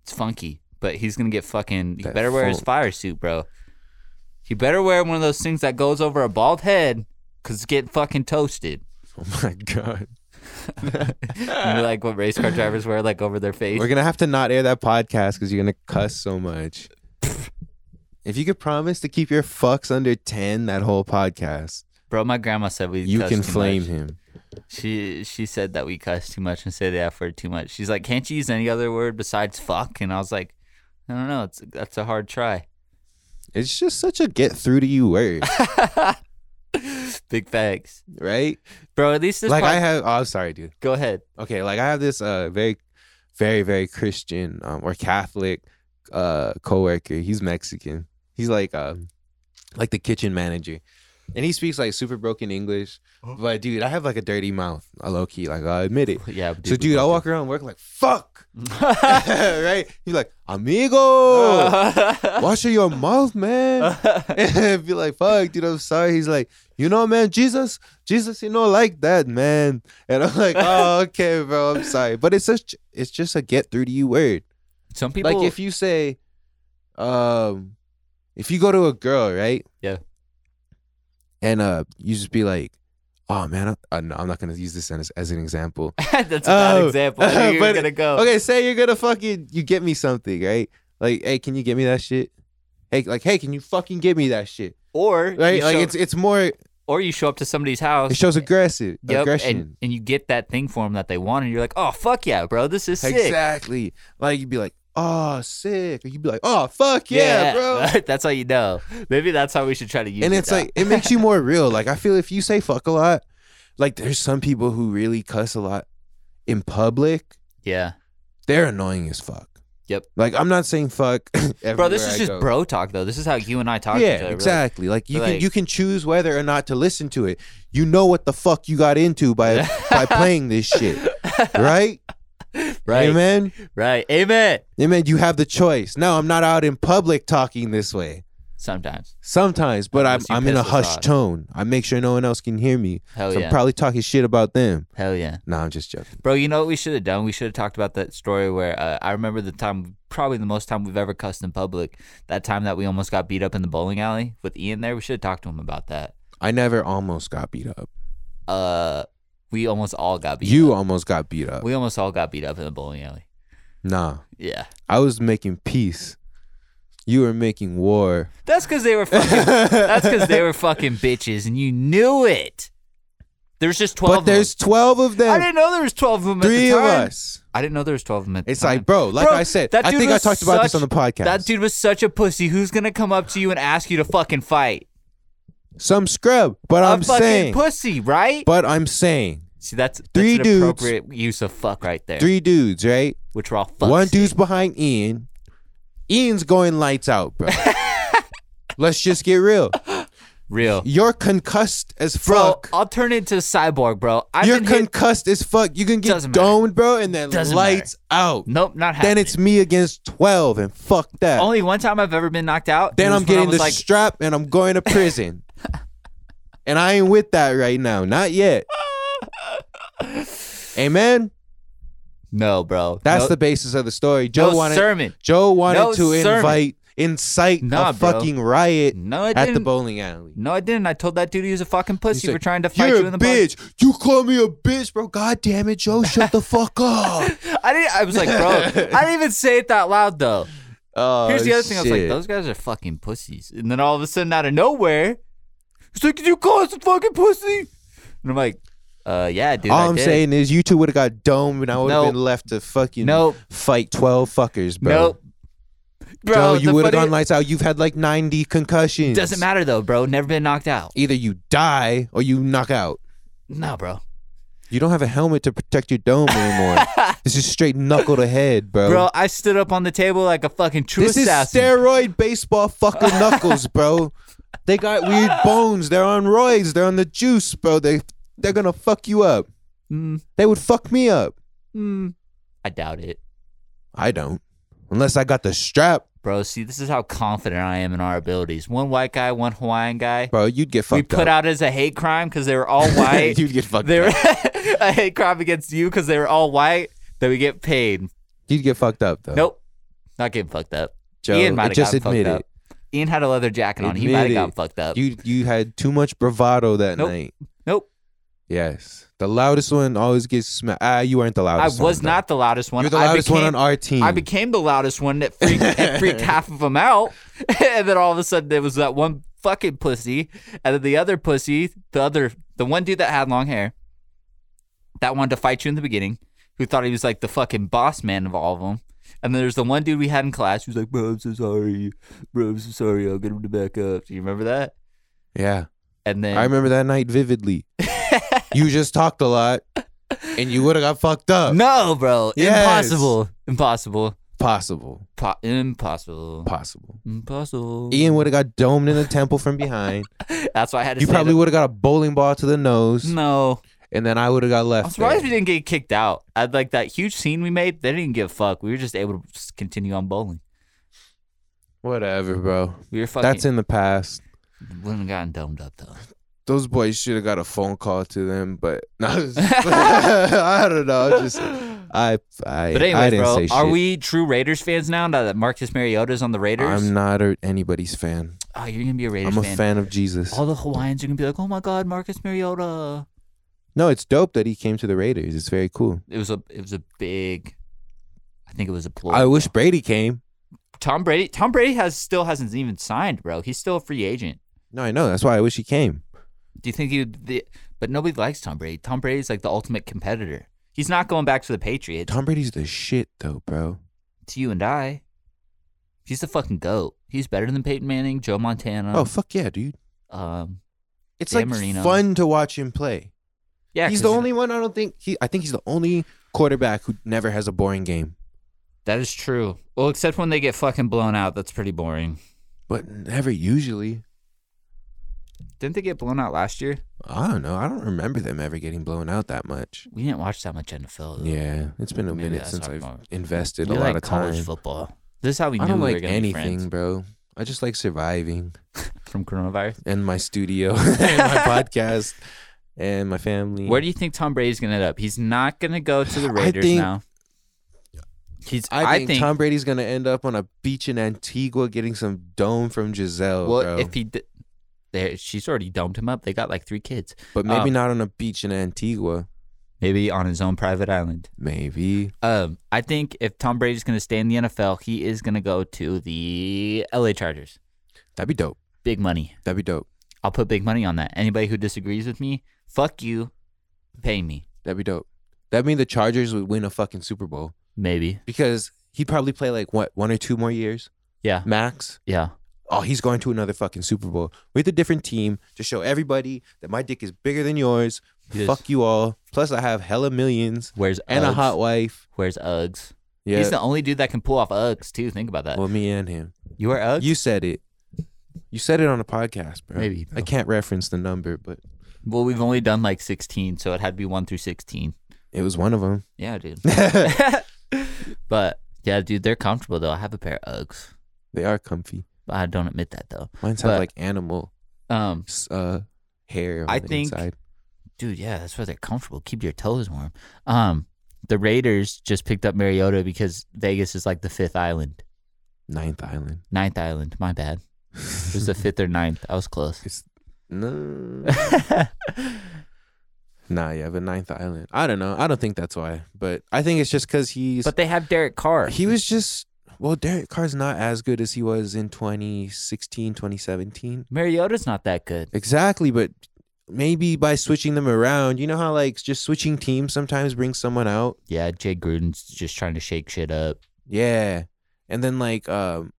It's funky, but he's gonna get fucking. He That better wear his funk. fire suit, bro. He better wear one of those things that goes over a bald head, cause it's getting fucking toasted. oh my god, You know, like what race car drivers wear, like over their face. we're gonna have to not air that podcast because you're gonna cuss so much. if you could promise to keep your fucks under ten that whole podcast, Bro, my grandma said we. you cuss can too flame much. him. She she said that we cuss too much and say the F word too much. She's like, can't you use any other word besides fuck? And I was like, I don't know. It's that's a hard try. It's just such a get through to you word, Big facts, right? bro. At least this. like pod- I have. Oh, I'm sorry, dude. go ahead. okay like i have this uh very very very christian um or catholic uh coworker he's mexican he's like um like the kitchen manager and he speaks like super broken english but dude i have like a dirty mouth i low-key like i admit it Yeah. so dude i walk around work like fuck right he's like amigo oh. wash your mouth man and be like, fuck, dude, I'm sorry. He's like, you know, man, Jesus, Jesus, you know, like that, man. And I'm like, oh, okay, bro, I'm sorry. But it's such, it's just a get through to you word. Some people. Like if you say, um, if you go to a girl, right? Yeah. And uh, you just be like, oh man, I, uh, no, I'm not gonna use this as, as an example. that's a bad Oh. example. I knew you were But- gonna go. Okay, say you're gonna fucking, you get me something, right? Like, hey, can you get me that shit? Hey, like, hey, can you fucking get me that shit? Or Right? you Like, show- it's it's more or you show up to somebody's house. It shows aggressive. Yep, aggression. and, and you get that thing for them that they want, and you're like, oh fuck yeah, bro, this is sick. Exactly. Like you'd be like, oh, sick. Or you'd be like, oh, fuck yeah, bro. that's how you know. Maybe that's how we should try to use. and it it's now. like, it makes you more real. Like I feel if you say fuck a lot, like there's some people who really cuss a lot in public. yeah, They're annoying as fuck. Yep. Like I'm not saying fuck. bro, everywhere this is I just go. bro talk though. This is how you and I talk. to each Yeah, other, really. exactly. Like you Like- can you can choose whether or not to listen to it. You know what the fuck you got into by by playing this shit, right? Right, Amen. right, amen. It meant you have the choice. No, I'm not out in public talking this way. Sometimes, Sometimes, but I'm Unless you I'm in a piss us hushed off. tone. I make sure no one else can hear me. hell so yeah, I'm probably talking shit about them. hell yeah. No, I'm just joking. Bro, you know what we should have done? We should have talked about that story where uh, I remember the time, probably the most time we've ever cussed in public. That time that we almost got beat up in the bowling alley with Ian there. We should have talked to him about that. I never almost got beat up. Uh, we almost all got beat. You up. almost got beat up. We almost all got beat up in the bowling alley. Nah, Yeah, I was making peace. You were making war. that's because they were fucking. that's because they were fucking bitches, and you knew it. There's just twelve. But there's Of 12 of them. I them. didn't know there was twelve of them. Three at of the time. us. I didn't know there was twelve of them. At the It's time. like, bro, like Bro, I said, that I dude think I was talked about this such- on the podcast. That dude was such a pussy. Who's gonna come up to you and ask you to fucking fight? Some scrub, but A I'm fucking saying, pussy, right? but I'm saying, See, that's, that's Three an dudes. appropriate use of fuck right there. three dudes, right? which were all fucks. One dude's behind Ian. Ian's going lights out, bro. Let's just get real. real. You're concussed as Bro, fuck. I'll turn into cyborg, bro. I've You're been hit. concussed as fuck. You can get Doesn't matter. domed, bro, and then Doesn't lights out. Nope, not happening. Then it's me against 12, and fuck that. only one time I've ever been knocked out. then It was I'm when I getting was the like, strap, and I'm going to prison. and I ain't with that right now. Not yet. Amen. No, bro. That's No- the basis of the story. Joe no wanted sermon. Joe wanted No to sermon. invite incite Nah, a bro. fucking riot No, I at didn't. the bowling alley. no, I didn't. I told that dude he was a fucking pussy said, for trying to fight You're you in the a bar. bitch. You call me a bitch, bro. God damn it, Joe. Shut the fuck up. I didn't. I was like, bro. I didn't even say it that loud though. Oh, Here's the other thing. I was like, shit. those guys are fucking pussies. And then all of a sudden, out of nowhere, he's like, "Did you call us a fucking pussy?" And I'm like, "Uh, yeah, dude." I All I'm did. saying is you two would have got domed and I would have Nope. been left to fucking Nope. fight 12 fuckers, bro. nope. Bro, Joe, the you would have funny- gone lights out. You've had like 90 concussions. Doesn't matter though, bro. Never been knocked out. Either you die or you knock out. No, bro. You don't have a helmet to protect your dome anymore. this is straight knuckle to head, bro. Bro, I stood up on the table like a fucking true this assassin. is steroid baseball fucking knuckles, bro. They got weird bones. They're on roids. They're on the juice, bro. They they're gonna fuck you up. Mm, They would fuck me up. mm. I doubt it, I don't. Unless I got the strap, bro. See, this is how confident I am in our abilities. One white guy, one Hawaiian guy. bro. You'd get fucked We put up. out as a hate crime because they were all white. you'd get fucked they were up. a hate crime against you because they were all white. That we get paid. You'd get fucked up though. Nope, not getting fucked up. Uh. Joe. Ian might have just gotten admit fucked it. up. Ian had a leather jacket on. he Admit might have it. gotten fucked up. You you had too much bravado that Nope. night. nope, Yes, the loudest one always gets smacked. Ah, you weren't the I loudest. was one, though. not the loudest one. You're the I loudest one became- on our team. I became the loudest one that freaked, that freaked half of them out. and then all of a sudden, there was that one fucking pussy. And then the other pussy, the other, the one dude that had long hair, that wanted to fight you in the beginning, who thought he was like the fucking boss man of all of them. And then there's the one dude we had in class who's like, bro, I'm so sorry. Bro, I'm so sorry. I'll get him to back up. Do you remember that? yeah. And then I remember that night vividly. you just talked a lot, and you would have got fucked up. No, bro. Yes. Impossible. Impossible. Possible, Po- impossible. possible. Impossible. Ian would have got domed in the temple from behind. That's why I had to you say probably that. would have got a bowling ball to the nose, No. and then I would have got left. I'm surprised we there. didn't get kicked out. I like that huge scene we made. They didn't give a fuck. We were just able to just continue on bowling. Whatever, bro. We were fucking. That's in the past. Wouldn't have gotten domed up though. Those boys should have got a phone call to them, but I don't know. Just I, I, But I anyway, didn't bro, say shit. are we true Raiders fans now? Now that Marcus Mariota's on the Raiders, I'm not a, anybody's fan. oh, you're gonna be a Raiders I'm a fan. of Jesus. All the Hawaiians are gonna be like, "Oh my God, Marcus Mariota!" No, it's dope that he came to the Raiders. It's very cool. It was a, it was a big. I think it was a ploy. I wish Brady came. Tom Brady. Tom Brady has still hasn't even signed, bro. He's still a free agent. No, I know. That's why I wish he came. Do you think he would? Be, but nobody likes Tom Brady. Tom Brady's like the ultimate competitor. He's not going back to the Patriots. Tom Brady's the shit, though, bro. To you and I, he's the fucking goat. He's better than Peyton Manning, Joe Montana. oh fuck yeah, dude. um, It's Dan like Marino. fun to watch him play. yeah. he's 'cause the only one. I don't think he. I think he's the only quarterback who never has a boring game. That is true. Well, except when they get fucking blown out. That's pretty boring. But never usually. Didn't they get blown out last year? I don't know. I don't remember them ever getting blown out that much. We didn't watch that much NFL. Though. Yeah, it's been a Maybe minute that's since our I've fault. invested we a lot like of college time. football. This is how we knew I don't we were like gonna be anything, friends bro. I just like surviving. from coronavirus. and my studio and my podcast and my family. Where do you think Tom Brady's gonna end up? He's not gonna go to the I Raiders think- now. He's. I think, Tom Brady's gonna end up on a beach in Antigua getting some dome from Giselle, well, bro. if he did, there she's already domed him up. They got like three kids. but maybe um, not on a beach in Antigua. Maybe on his own private island. Maybe Um, I think if Tom Brady's gonna stay in the NFL, he is gonna go to the LA Chargers. that'd be dope. Big money. That'd be dope. I'll put big money on that. Anybody who disagrees with me, fuck you. Pay me. That'd be dope. That mean the Chargers would win a fucking Super Bowl Maybe. because he'd probably play like what one or two more years Yeah. max. Yeah. Oh, he's going to another fucking Super Bowl with a different team to show everybody that my dick is bigger than yours. Yes. Fuck you all. Plus, I have hella millions Where's and a Uggs? hot wife. Where's Uggs? Yeah. He's the only dude that can pull off Uggs too. Think about that. Well, me and him. you wear Uggs? You said it. You said it on a podcast, bro. Maybe, bro. I can't reference the number, but Well, we've only done like 16, so it had to be 1 through 16. it was one of them. Yeah, dude. they but yeah, dude, they're comfortable though. I have a pair of Uggs. are comfy. But I don't admit that though. Mine's But- have like animal Um, s- uh, hair. On I the think- inside. dude, yeah, that's where they're comfortable. Keep your toes warm. Um, the Raiders just picked up Mariota because Vegas is like the fifth island, Ninth Island. ninth island. My bad. It was the fifth or ninth. I was close. No. nah, yeah, but Ninth Island. I don't know. I don't think that's why, but I think it's just because he's but they have Derek Carr. he was just well. Derek Carr's not as good as he was in 2016, 2017. Mariota's not that good. Exactly, but maybe by switching them around, you know how like just switching teams sometimes brings someone out. Yeah, Jay Gruden's just trying to shake shit up. Yeah. And then like um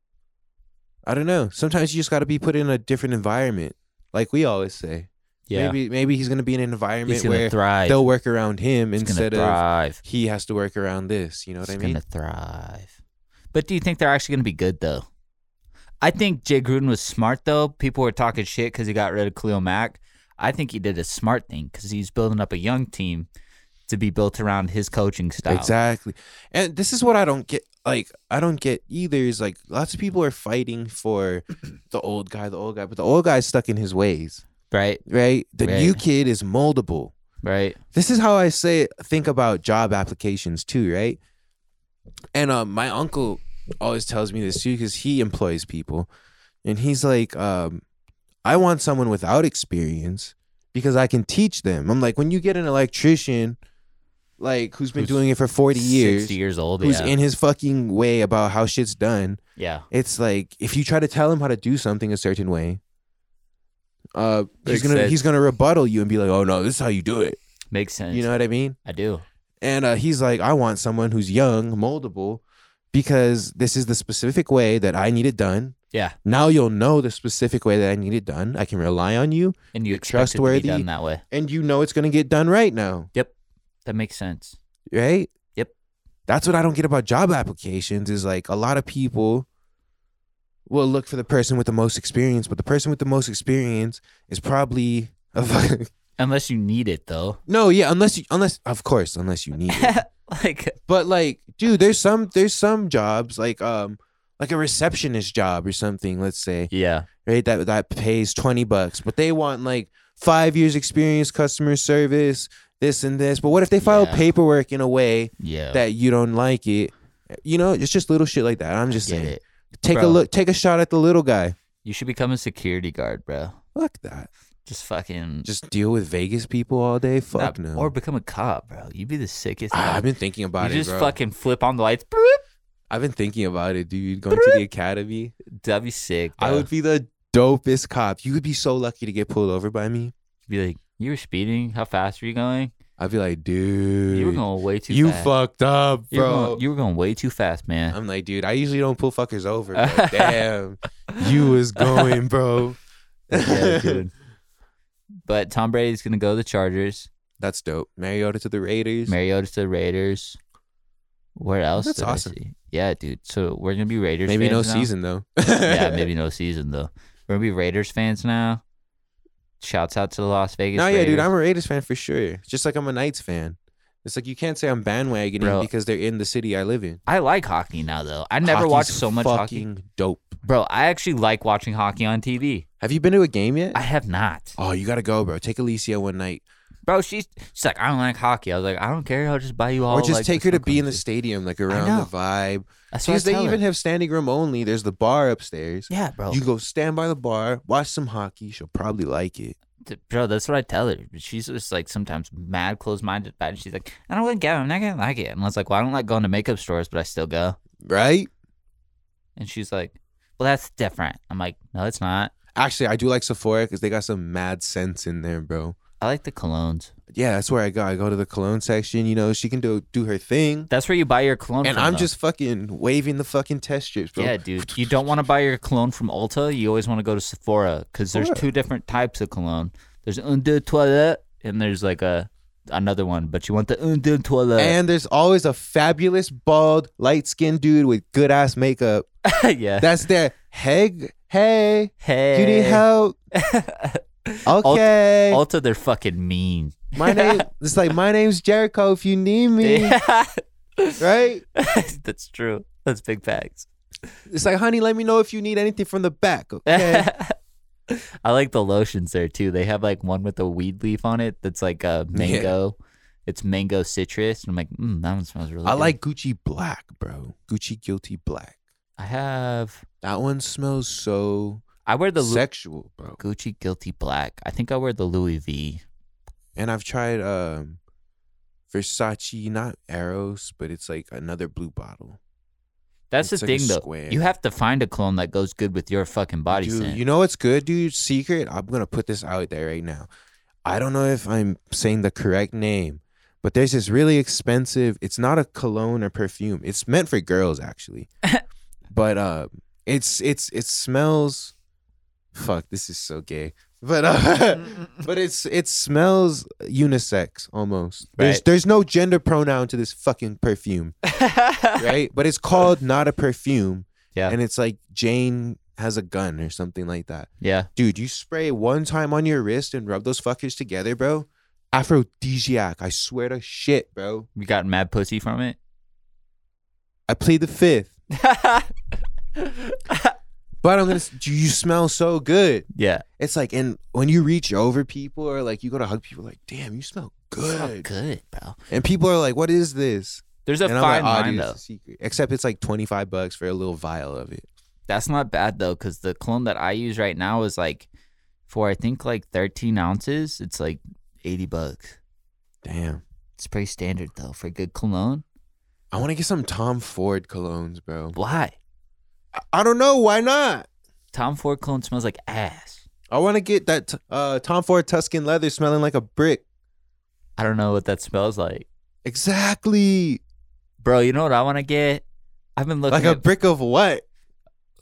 I don't know. Sometimes you just got to be put in a different environment. Like we always say. Yeah, Maybe maybe he's going to be in an he's environment gonna where thrive. they'll work around him he's gonna instead of thrive. he has to work around this, you know what he's I mean? gonna thrive. But do you think they're actually gonna be good though? I think Jay Gruden was smart though. People were talking shit because he got rid of Cleo Mack. I think he did a smart thing because he's building up a young team to be built around his coaching style. Exactly. And this is what I don't get like I don't get either is like lots of people are fighting for the old guy, the old guy, but the old guy's stuck in his ways, Right. right? The new Right. kid is moldable. Right. this is how I say think about job applications too, right? And um, my uncle always tells me this too because he employs people, and he's like, um, I want someone without experience because I can teach them. I'm like, when you get an electrician, like who's been Who's doing it for forty years, Sixty years old. who's yeah. in his fucking way about how shit's done, yeah. it's like if you try to tell him how to do something a certain way, uh, he's Makes gonna sense. he's gonna rebuttal you and be like, oh no, this is how you do it. Makes sense. You know what I mean? I do. And uh, he's like, I want someone who's young, moldable, because this is the specific way that I need it done. Yeah. Now you'll know the specific way that I need it done. I can rely on you, And you You're expect it to be trustworthy. done that way. and you know it's going to get done right now, That makes sense. right? Yep. That's what I don't get about job applications is like a lot of people will look for the person with the most experience, but the person with the most experience is probably a fucking- Unless you need it though. no, yeah, unless you, unless of course, unless you need it. like But like, dude, there's some there's some jobs like um like a receptionist job or something, let's say, Yeah. right? That that pays 20 bucks, but they want like 5 years experience customer service, this and this. But what if they file Yeah. paperwork in a way Yeah. that you don't like it? You know, it's just little shit like that. I'm just Get saying. it. Take a Bro. look, take a shot at the little guy. You should become a security guard, bro. Fuck that. Just fucking Just deal with Vegas people all day. Fuck Nah, no. Or become a cop, bro. You'd be the sickest. Ah, I've man. been thinking you about it, just bro. fucking flip on the lights. Boop. I've been thinking about it, dude. Going to the academy. That'd be sick. I bro. would be the dopest cop. You would be so lucky to get pulled over by me. be like, you were speeding. How fast were you going? I'd be like, dude, You were going way too you fast. fucked up, You were, bro. going, you were going way too fast, man. I'm like, dude, I usually don't pull fuckers over. But damn, you was going, bro. yeah, dude. But Tom Brady's gonna go to the Chargers. That's dope. Mariota to the Raiders. Mariota to the Raiders. Where else? That's did I awesome. see? Yeah, dude. So we're gonna be Raiders. maybe no fans now. season though. yeah, maybe no season though. We're gonna be Raiders fans now. Shouts out to the Las Vegas. No, yeah, dude, Raiders. I'm a Raiders fan for sure. Just like I'm a Knights fan. It's like you can't say I'm bandwagoning Bro. because they're in the city I live in. I like hockey now though. I never Hockey's watched so much hockey. fucking Dope. Bro, I actually like watching hockey on TV. Have you been to a game yet? I have not. oh, you gotta go, bro. Take Alicia one night. Bro, she's she's like, I don't like hockey. I was like, I don't care. I'll just buy you all. or just like, take her to be in the same stadium, like around know. the vibe. That's what I Because they tell even her. have standing room only. There's the bar upstairs. Yeah, bro. You go stand by the bar, watch some hockey. She'll probably like it. Th- bro, that's what I tell her. But she's just like sometimes mad, closed minded about it. She's like, I don't like it. I'm not gonna like it. And I was like, Well, I don't like going to makeup stores, but I still go. Right? And she's like, Well, that's different. I'm like, No, it's not. Actually, I do like Sephora because they got some mad scents in there, bro. I like the colognes. Yeah, that's where I go. I go to the cologne section. You know, she can do do her thing, That's where you buy your cologne. and from, I'm though. just fucking waving the fucking test strips, bro. Yeah, dude. You don't want to buy your cologne from Ulta. You always want to go to Sephora because there's Sephora. two different types of cologne. There's un de toilette and there's like a another one, but you want the un de toilette. And there's always a fabulous bald, light skinned dude with good ass makeup. yeah. That's their Hey, hey, hey. you need help? Okay. Ulta, they're fucking mean. My name it's like my name's Jericho if you need me, right? That's true. That's big facts. It's like honey, let me know if you need anything from the back, okay? I like the lotions there too. They have like one with a weed leaf on it that's like a mango. It's mango citrus. And I'm like, mm, that one smells really I good." like Gucci Black, bro. Gucci Guilty Black. I have That one smells so I wear the Lu- sexual, bro. Gucci Guilty Black. I think I wear the Louis V. And I've tried um Versace, not Eros, but it's like another blue bottle. That's It's the like a thing though. square. You have to find a clone that goes good with your fucking body dude, scent. You know what's good, dude? Secret. I'm gonna put this out there right now. I don't know if I'm saying the correct name, but there's this really expensive. It's not a cologne or perfume. It's meant for girls actually, but uh, it's it's it smells. Fuck, this is so gay. But uh, but it's it smells unisex almost. There's Right. there's no gender pronoun to this fucking perfume, right? but it's called not a perfume. Yeah. And it's like Jane has a gun or something like that. yeah. Dude, you spray one time on your wrist and rub those fuckers together, bro. Aphrodisiac. I swear to shit, bro. You got mad pussy from it. I plead the fifth. But I'm gonna. s- Do you smell so good? yeah. It's like, and when you reach over people or like you go to hug people, like, damn, you smell Good. good. good, bro. And people are like, what is this? There's a and fine "Ah, line dude, though. it's a secret. Except it's like 25 bucks for a little vial of it. That's not bad though, because the clone that I use right now is like for I think like 13 ounces. It's like 80 bucks. Damn. It's pretty standard though for a good cologne. I want to get some Tom Ford colognes, bro. Why? I, I don't know. Why not? Tom Ford cologne smells like ass. I want to get that t- uh, Tom Ford Tuscan leather smelling like a brick. I don't know what that smells like, Exactly. bro. You know what I want to get? I've been looking Like a at brick of what?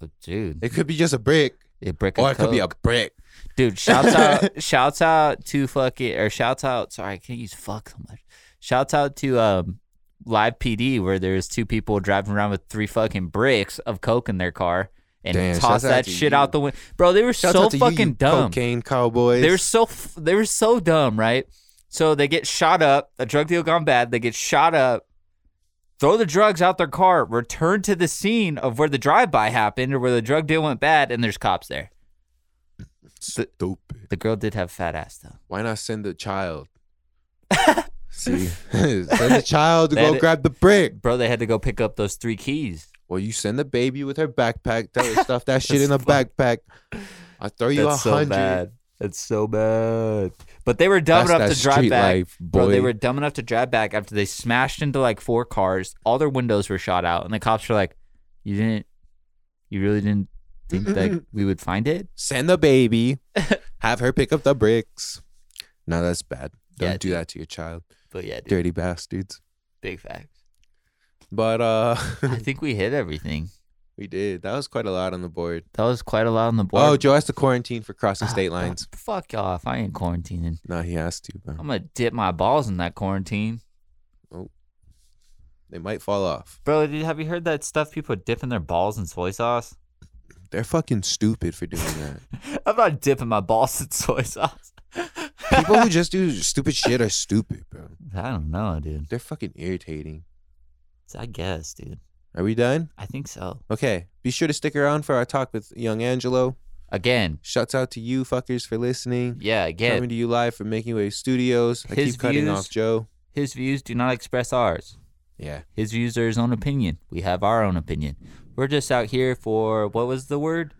Oh, dude. It could be just a brick, A brick or of it could be a Coke. brick. dude. Shouts out, shouts out to fucking or shouts out. Sorry, I can't use fuck so much. Shouts out to um live PD where there's two people driving around with three fucking bricks of coke in their car and Damn, toss shouts out that to shit you. out the window. Bro, they were Shout so out to you, you fucking dumb. Cocaine cowboys. They were so f- they were so dumb, right? So they get shot up. A drug deal gone bad. They get shot up. Throw the drugs out their car. Return to the scene of where the drive-by happened or where the drug deal went bad, and there's cops there. stupid. The girl did have fat ass though. Why not send the child? See, send the child to That go i- grab the brick. Bro, they had to go pick up those three keys. Well, you send the baby with her backpack. Tell her stuff that shit That's in a fuck- backpack. I throw you a That's so hundred. bad. That's so bad. But they were dumb That's enough that to drive street back. life, Bro, they boy. were dumb enough to drive back after they smashed into like four cars. All their windows were shot out, and the cops were like, "You didn't, you really didn't think that we would find it." send the baby, have her pick up the bricks. No, that's bad. Don't Yeah, do dude. that to your child, But yeah, dude, dirty bastards. big facts. But uh, I think we hit everything. we did. That was quite a lot on the board. That was quite a lot on the board. Oh, Joe has to quarantine for crossing Ah, state lines. bro, Fuck off! I ain't quarantining. No, he has to. Bro. I'm gonna dip my balls in that quarantine, They might fall off. bro. Did, have you heard that stuff? People are dipping their balls in soy sauce. They're fucking stupid for doing that. I'm not dipping my balls in soy sauce. People who just do stupid shit are stupid, bro. I don't know, dude. They're fucking irritating. I guess, dude. Are we done? I think so. Okay. Be sure to stick around for our talk with young Angelo. Again, Shouts out to you fuckers for listening. yeah, again. Coming to you live from Making Wave Studios. I His keep cutting views- off Joe. His views do not express ours. Yeah. His views are his own opinion. We have our own opinion. We're just out here for what was the word?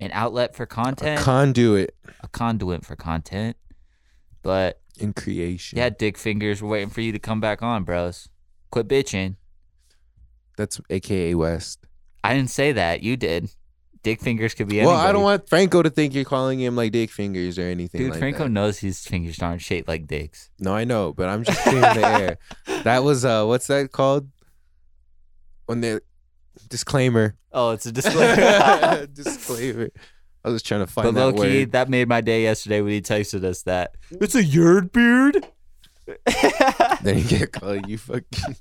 An outlet for A content, a, conduit conduit for content. But in creation. yeah, dick fingers, we're waiting for you to come back on, bros. Quit bitching. That's AKA West. I didn't say that. You did. Dick fingers could be Well, anybody. I don't want Franco to think you're calling him like dick fingers or anything Dude, like Franco that. knows his fingers aren't shaped like dicks. No, I know, but I'm just clearing the air. That was uh what's that called? When they disclaimer. Oh, it's a disclaimer. disclaimer. I was trying to find but that low key, word. that made my day yesterday when he texted us that. It's a yard beard. Then he could call you fucking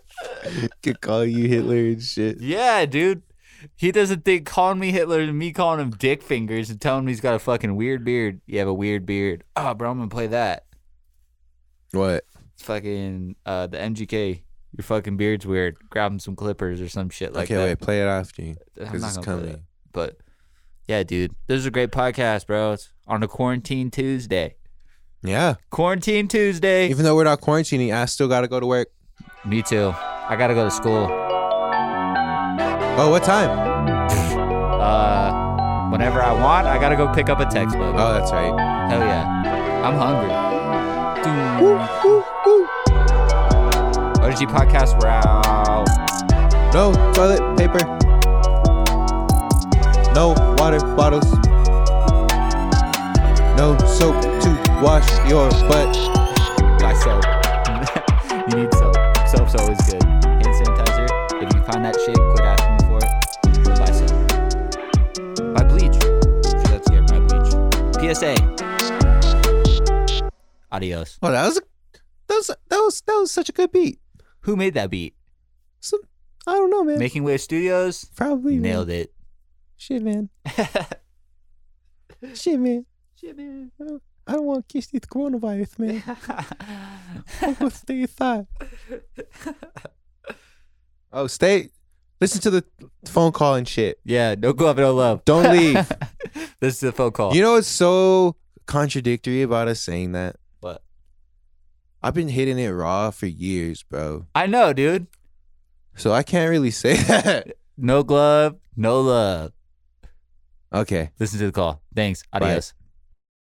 could call you Hitler and shit. Yeah, dude. He doesn't think calling me Hitler and me calling him dick fingers and telling him he's got a fucking weird beard. You have a weird beard. Oh, bro, I'm gonna play that. What? It's fucking uh, the MGK. Your fucking beard's weird. Grab him some clippers or some shit like okay, that. wait, play it after you. I'm Because not it's gonna play that, coming. But Yeah, dude. This is a great podcast, bro. It's on a quarantine Tuesday. Yeah. Quarantine Tuesday. Even though we're not quarantining, I still gotta go to work. Me too. I gotta go to school. Oh, what time? Uh, whenever I want, I gotta go pick up a textbook. Oh, that's right. Hell yeah. I'm hungry. Dude. OG Podcast, we're out. No toilet paper. No water bottles. No soap to wash your butt. Buy soap. you need soap. Soap's always good. Hand sanitizer. If you find that shit, quit asking for it. Go buy soap. Buy bleach. Sure, that's good. Buy bleach. PSA. Adios. Oh, that was a, that was that was that was such a good beat. Who made that beat? So, I don't know, man. Making Wave Studios. Probably man. Nailed it. Shit, man. Shit, man. Shit, I don't want to catch this coronavirus, man. man. I'm gonna stay inside. Oh, stay. Listen to the phone call and shit. Yeah, no glove, no love. Don't leave. this is a phone call. You know what's so contradictory about us saying that? What? I've been hitting it raw for years, bro. I know, dude. So I can't really say that. No glove, no love. Okay. Listen to the call. Thanks. Bye. Adios.